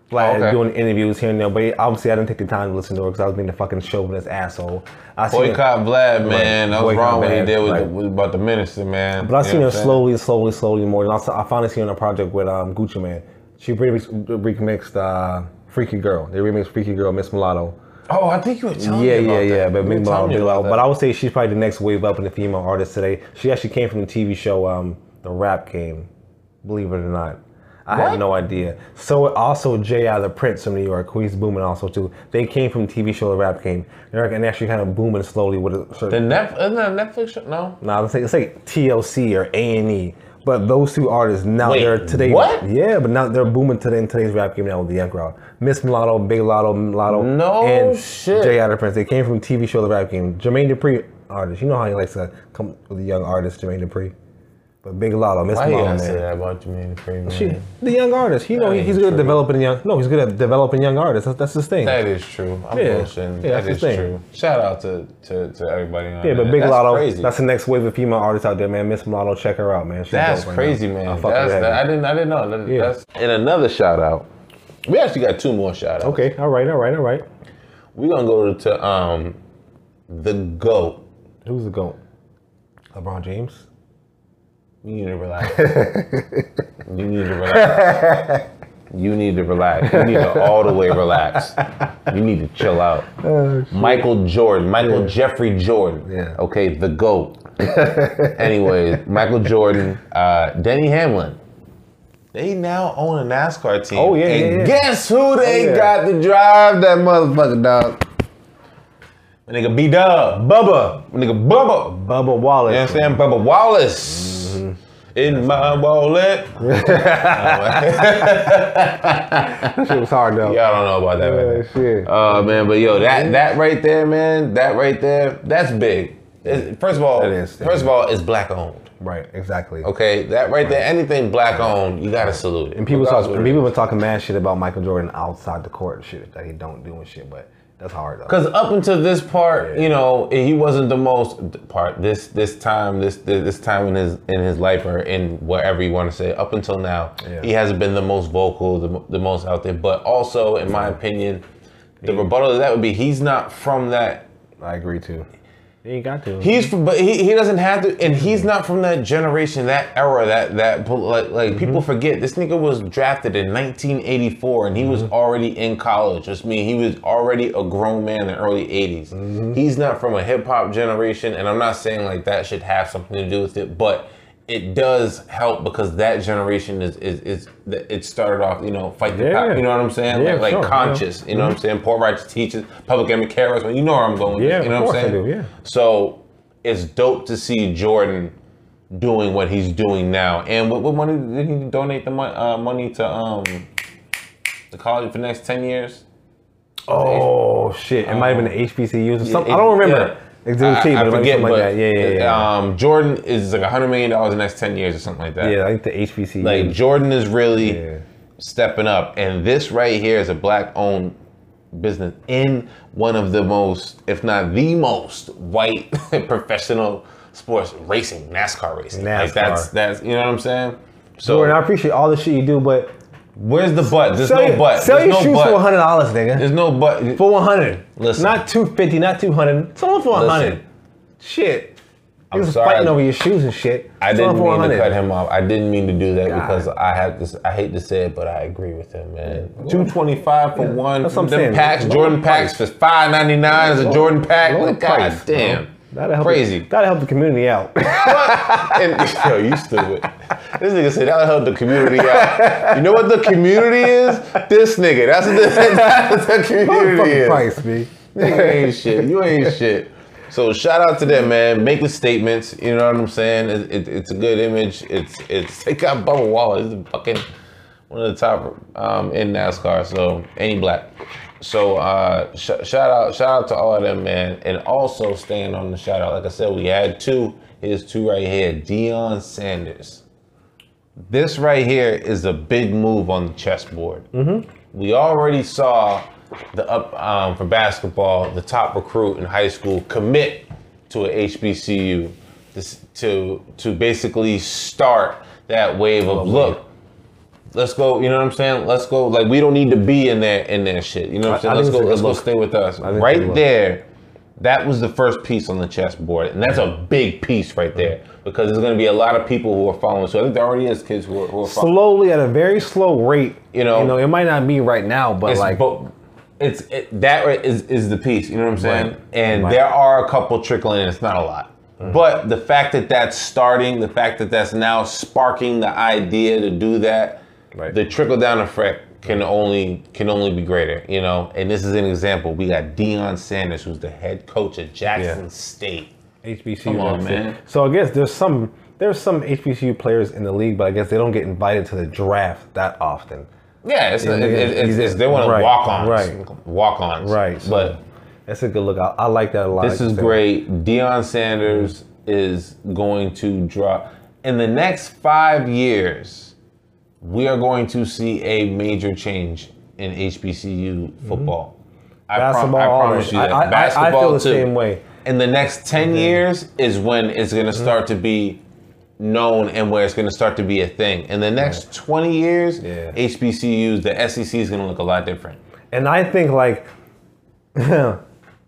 S2: Vlad
S1: Okay.
S2: doing interviews here and there. But obviously, I didn't take the time to listen to her because I was being a fucking chauvinist asshole. I seen her-
S1: Boycott Vlad, man. That was
S2: Boycott
S1: wrong what he
S2: Vlad,
S1: did with,
S2: right.
S1: the, with about the minister, man.
S2: But I
S1: You
S2: seen
S1: know
S2: her
S1: what I'm saying?
S2: slowly, slowly, slowly more. And I, saw, I finally seen her on a project with um, Gucci Man. She re- remixed uh, Freaky Girl. They remixed Freaky Girl, Miss Mulatto.
S1: Oh, I think you were telling
S2: yeah,
S1: me
S2: yeah,
S1: about
S2: yeah.
S1: that.
S2: But
S1: You
S2: Big
S1: were
S2: Mama,
S1: telling me
S2: Big
S1: about
S2: Loud.
S1: that.
S2: But I would say she's probably the next wave up in the female artists today. She actually came from the TV show, um, the rap game. Believe it or not, I had
S1: What?
S2: no idea. So also J.I. the Prince from New York, who he's booming also too. They came from the TV show, the rap game. They're like- and actually kind of booming slowly with a
S1: The
S2: certain.
S1: Netflix, isn't that a Netflix show? No.
S2: Nah, it's like, it's like TLC or A and E. But those two artists now
S1: Wait,
S2: they're today.
S1: what?
S2: Yeah, but now they're booming today in today's rap game now with the young crowd. Miss Mulatto, Big Lotto, Mulatto,
S1: No
S2: and
S1: shit.
S2: Jay Otter Prince. They came from TV show The Rap Game. Jermaine Dupri artist. You know how he likes to come with the young artist, Jermaine Dupri. But Big Lotto, Miss
S1: Why you
S2: Mulatto,
S1: gotta say
S2: man.
S1: that about Jermaine Dupri, man?
S2: She, the young artist. You know
S1: That
S2: he-
S1: ain't
S2: he's good
S1: true.
S2: at developing young. No, he's good at developing young artists. That's, that's his thing.
S1: That is true. I'm
S2: Yeah.
S1: bullshitting.
S2: Yeah,
S1: that
S2: that's the
S1: is
S2: thing.
S1: true. Shout out to, to, to everybody on
S2: yeah,
S1: there.
S2: but Big
S1: that's
S2: Lotto,
S1: Crazy.
S2: that's the next wave of female artists out there, man. Miss Mulatto, check her out, man. She's
S1: That's
S2: dope right now.
S1: crazy,
S2: I
S1: man.
S2: fuck with
S1: That's,
S2: that,
S1: that, I
S2: man.
S1: didn't I didn't know. That,
S2: Yeah.
S1: that's, and another shout out. We actually got two more shout outs.
S2: Okay, all right, all right, all right.
S1: We're gonna go to um the GOAT.
S2: Who's the GOAT? LeBron James?
S1: You need to [laughs] relax. you need to relax. You need to relax. You need [laughs] to all the way relax. You need to chill out. Oh, Michael Jordan, Michael Jeffrey Jordan.
S2: Yeah.
S1: Okay, the [laughs] GOAT. Anyways, Michael Jordan, uh, Denny Hamlin. They now own a NASCAR team.
S2: Oh, yeah,
S1: And
S2: yeah, yeah.
S1: guess who they
S2: yeah.
S1: got to drive that motherfucker, dog? My nigga B Dub, Bubba, my nigga Bubba,
S2: Bubba Wallace.
S1: you know what I'm saying? Bubba Wallace.
S2: Mm-hmm.
S1: In my wallet.
S2: Shit was hard though.
S1: Y'all don't know about that, man.
S2: Yeah, shit.
S1: Oh man, but yo, that that right there, man, that right there, that's big. It's- first of all,
S2: That is.
S1: first of all, it's black owned.
S2: Right, exactly.
S1: Okay, that right there, anything black owned, you gotta salute it.
S2: And people
S1: Regardless
S2: talk,
S1: what it
S2: people been talking mad shit about Michael Jordan outside the court and shit that he don't do and shit, but that's hard though.
S1: Because up until this part, you know, he wasn't the most part. This this time, this this, this time in his in his life or in whatever you want to say. Up until now,
S2: Yeah.
S1: he hasn't been the most vocal, the, mo- the most out there. But also, in my opinion, the rebuttal to that would be he's not from that.
S2: I agree too. You ain't got to.
S1: He's from, but he, he doesn't have to, and he's not from that generation, that era, that that pol- like like
S2: Mm-hmm.
S1: people forget. This nigga was drafted in 1984, and he was
S2: Mm-hmm.
S1: already in college. Which means he was already a grown man in the early 80s.
S2: Mm-hmm.
S1: He's not from a hip hop generation, and I'm not saying like that should have something to do with it, but it does help because that generation is is is it started off, you know, fight the
S2: Yeah.
S1: power. You know what I'm saying?
S2: Yeah,
S1: like like
S2: sure, yeah.
S1: conscious. You know what I'm saying? Poor righteous teachers, public enemy carers. You know where I'm going. with
S2: Yeah,
S1: this,
S2: of
S1: you know what
S2: course I
S1: I'm saying?
S2: do, yeah.
S1: So it's dope to see Jordan doing what he's doing now. And what, what money did he donate the mon- uh, money to um the college for the next ten years?
S2: oh shit! It might have been the HBCUs or something.
S1: it-
S2: I don't remember.
S1: yeah.
S2: It's the
S1: I,
S2: team,
S1: I
S2: but it might be
S1: forget,
S2: something
S1: but
S2: like that. Yeah, yeah, yeah.
S1: Um, Jordan is like hundred million dollars in the next ten years or something like that.
S2: yeah, I think the HBCUs.
S1: Like Jordan is really
S2: Yeah.
S1: stepping up, and this right here is a black-owned business in one of the most, if not the most, white [laughs] professional sports racing, NASCAR racing. Like
S2: NASCAR.
S1: that's that's you know what I'm saying. So
S2: Jordan, I appreciate all the shit you do, but
S1: Where's the butt? There's
S2: Sell
S1: no
S2: your-
S1: butt.
S2: Sell
S1: There's
S2: your
S1: no
S2: shoes
S1: butt.
S2: for one hundred dollars, nigga.
S1: There's no butt.
S2: For one hundred.
S1: Listen.
S2: Not two fifty. Not two hundred. Sell them for one hundred. Shit.
S1: I'm
S2: Niggas
S1: sorry.
S2: fighting over your shoes and shit.
S1: I
S2: Sell
S1: didn't
S2: them for
S1: mean to
S2: 100.
S1: cut him off. I didn't mean to do that
S2: God.
S1: because I have this. I hate to say it, but I agree with him, man. Two twenty five for one.
S2: that's what I'm
S1: them
S2: saying.
S1: Packs,
S2: Lower
S1: Jordan
S2: price.
S1: packs for five ninety nine is a Jordan pack.
S2: Lower
S1: Like, God
S2: price, bro.
S1: damn,
S2: That'll help
S1: crazy.
S2: The, that'll help the community out.
S1: [laughs] and [laughs] yo, you stupid. This nigga said that'll help the community out. You know what the community is? This nigga. That's what the, [laughs] that's what the community
S4: Fucking
S1: is.
S4: price, me.
S1: Nigga ain't shit. You ain't shit. So shout out to them, man. Making statements. You know what I'm saying? It, it, it's a good image. It's it's they got Bubba Wallace. He's fucking one of the top um, in NASCAR. So any black. So uh, sh- shout out shout out to all of them, man. And also staying on the shout out. Like I said, we had two. Here's two right here. Deion Sanders. This right here is a big move on the chessboard.
S2: Mm-hmm.
S1: We already saw the up um, for basketball, the top recruit in high school commit to a HBCU this, to to basically start that wave of look. Let's go. You know what I'm saying? Let's go. Like we don't need to be in that in that shit. You know what I'm
S2: I- I
S1: saying? Let's
S2: think it's
S1: go.
S2: a good
S1: Let's go.
S2: look.
S1: Stay with us.
S2: it's a good
S1: Right
S2: look.
S1: there. That was the first piece on the chessboard, and that's a big piece right there because there's going to be a lot of people who are following. So I think there already is kids who are, who are following.
S2: Slowly, at a very slow rate.
S1: You know-
S2: you know, it might not be right now, but
S1: It's
S2: like,
S1: bo- it's it, that right is is the piece. You know what I'm saying?
S2: Right.
S1: And
S2: Right. Mm-hmm.
S1: there are a couple trickling, and it's not a lot. But the fact that that's starting, the fact that that's now sparking the idea to do that,
S2: Right.
S1: the trickle down effect can only can only be greater. You know, and this is an example. We got Deion Sanders, who's the head coach at Jackson
S2: Yeah.
S1: State.
S2: HBCU.
S1: Come on,
S2: that's it.
S1: man.
S2: So I guess there's some there's some HBCU players in the league, but I guess they don't get invited to the draft that often.
S1: Yeah, it's,
S2: Yeah,
S1: it-
S2: yeah.
S1: it- it's, it's- they want
S2: Right.
S1: to walk on,
S2: Right.
S1: Walk on,
S2: Right, so-
S1: but
S2: That's a good look. I, I like that a lot.
S1: This is great. Deion Sanders is going to drop in the next five years. We are going to see a major change in HBCU football. I, prom-
S2: Mm-hmm. Basketball,
S1: I
S2: all
S1: promise
S2: that.
S1: you that.
S2: I- I- I- I
S1: Basketball
S2: feel the
S1: too.
S2: same way. Mm-hmm.
S1: In the next 10 years is when it's going to start to be known and where it's going to start to be a thing. In the next 20 years,
S2: Yeah.
S1: HBCUs, the SEC is going to look a lot different.
S2: And I think like, [clears throat]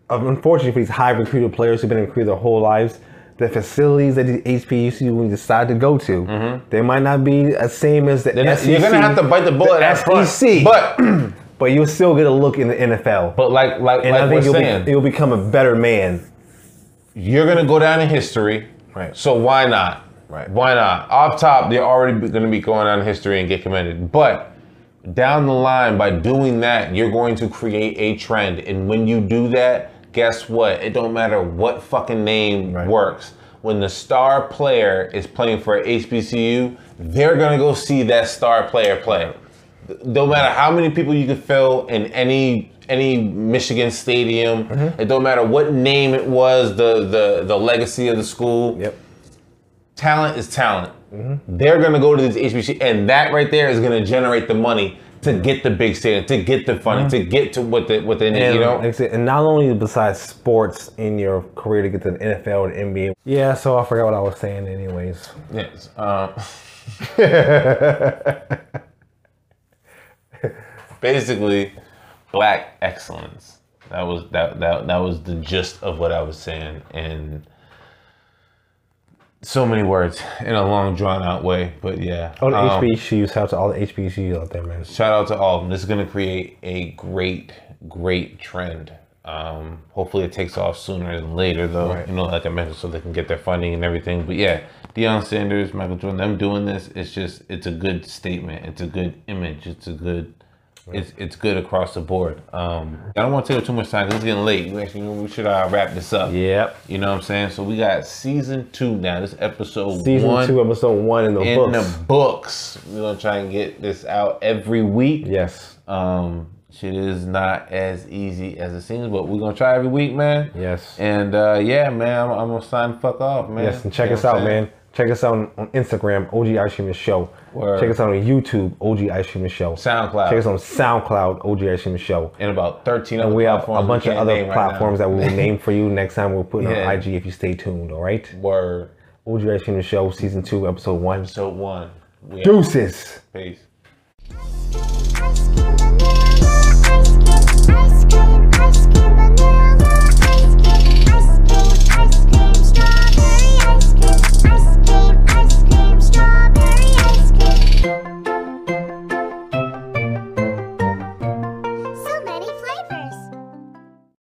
S2: unfortunately for these high recruited players who've been recruited their whole lives, the facilities that the HBCU decide to go to, they might not be as same as the
S1: Mm-hmm. They're not-
S2: SEC.
S1: you're going to have to bite the bullet
S2: E the E
S1: at front.
S2: SEC.
S1: But
S2: but you'll still get a look in the NFL.
S1: but like like
S2: and
S1: like
S2: I
S1: we're
S2: think you'll,
S1: saying,
S2: be, you'll become a better man.
S1: you're gonna go down in history.
S2: Right.
S1: So why not? Right. Why not? Off top, they're already be- gonna be going down in history and get commended. But down the line, by doing that, you're going to create a trend. And when you do that, guess what? It don't matter what fucking name
S2: Right.
S1: works. When the star player is playing for HBCU, they're gonna go see that star player play no matter how many people you can fill in any any Michigan stadium,
S2: Mm-hmm.
S1: it don't matter what name it was, the the the legacy of the school.
S2: Yep. Mm-hmm.
S1: Talent is talent. They're gonna go to these HBC, and that right there is gonna generate the money
S2: Mm-hmm.
S1: to get the big stadium, to get the funding, to get to what the what they need.
S2: And,
S1: You
S2: like I
S1: know,
S2: said, and not only besides sports in your career to get to the NFL and NBA. Yeah, so I forgot what I was saying anyways.
S1: yes. um, [laughs] basically, black excellence. That was that that that was the gist of what I was saying, and so many words in a long drawn out way. But yeah,
S2: Oh, the
S1: um,
S2: HBCUs. Shout out to all the HBCUs out there, man.
S1: shout out to all of them. This is going to create a great, great trend. Um, hopefully, it takes off sooner than later, though.
S2: Right.
S1: You know, like I mentioned, so they can get their funding and everything. But yeah, Deion Sanders, Michael Jordan, them doing this, it's just, it's a good statement. It's a good image. It's a good. It's, it's good across the board. Um, I don't want to take up too much time 'cause it's getting late. We actually we should uh, wrap this up.
S2: Yep.
S1: You know what I'm saying? So we got season two now. This episode
S2: Season
S1: one
S2: two, episode one in the
S1: in
S2: books.
S1: the books. We're gonna try and get this out every week.
S2: yes.
S1: Um, shit is not as easy as it seems, but we're gonna try every week, man.
S2: Yes.
S1: And uh, yeah, man, I'm, I'm gonna sign the fuck off, man.
S2: Yes, and check
S1: You know
S2: us
S1: what I'm
S2: out,
S1: saying?
S2: man. Check us out on, on Instagram, OG Ice Cream and Show.
S1: Word.
S2: Check us out on YouTube, OG Ice Cream and Show.
S1: SoundCloud.
S2: Check us on SoundCloud, OG Ice Cream and Show.
S1: And about 13
S2: And
S1: other
S2: we have a
S1: platforms
S2: bunch of
S1: can't
S2: other
S1: name right now.
S2: platforms that we will name for you next time we're
S1: [laughs]
S2: putting
S1: Yeah.
S2: on IG if you stay tuned, all right?
S1: Word.
S2: OG Ice Cream and Show, Season 2, Episode 1.
S1: So one. We out.
S2: Deuces!
S1: Peace.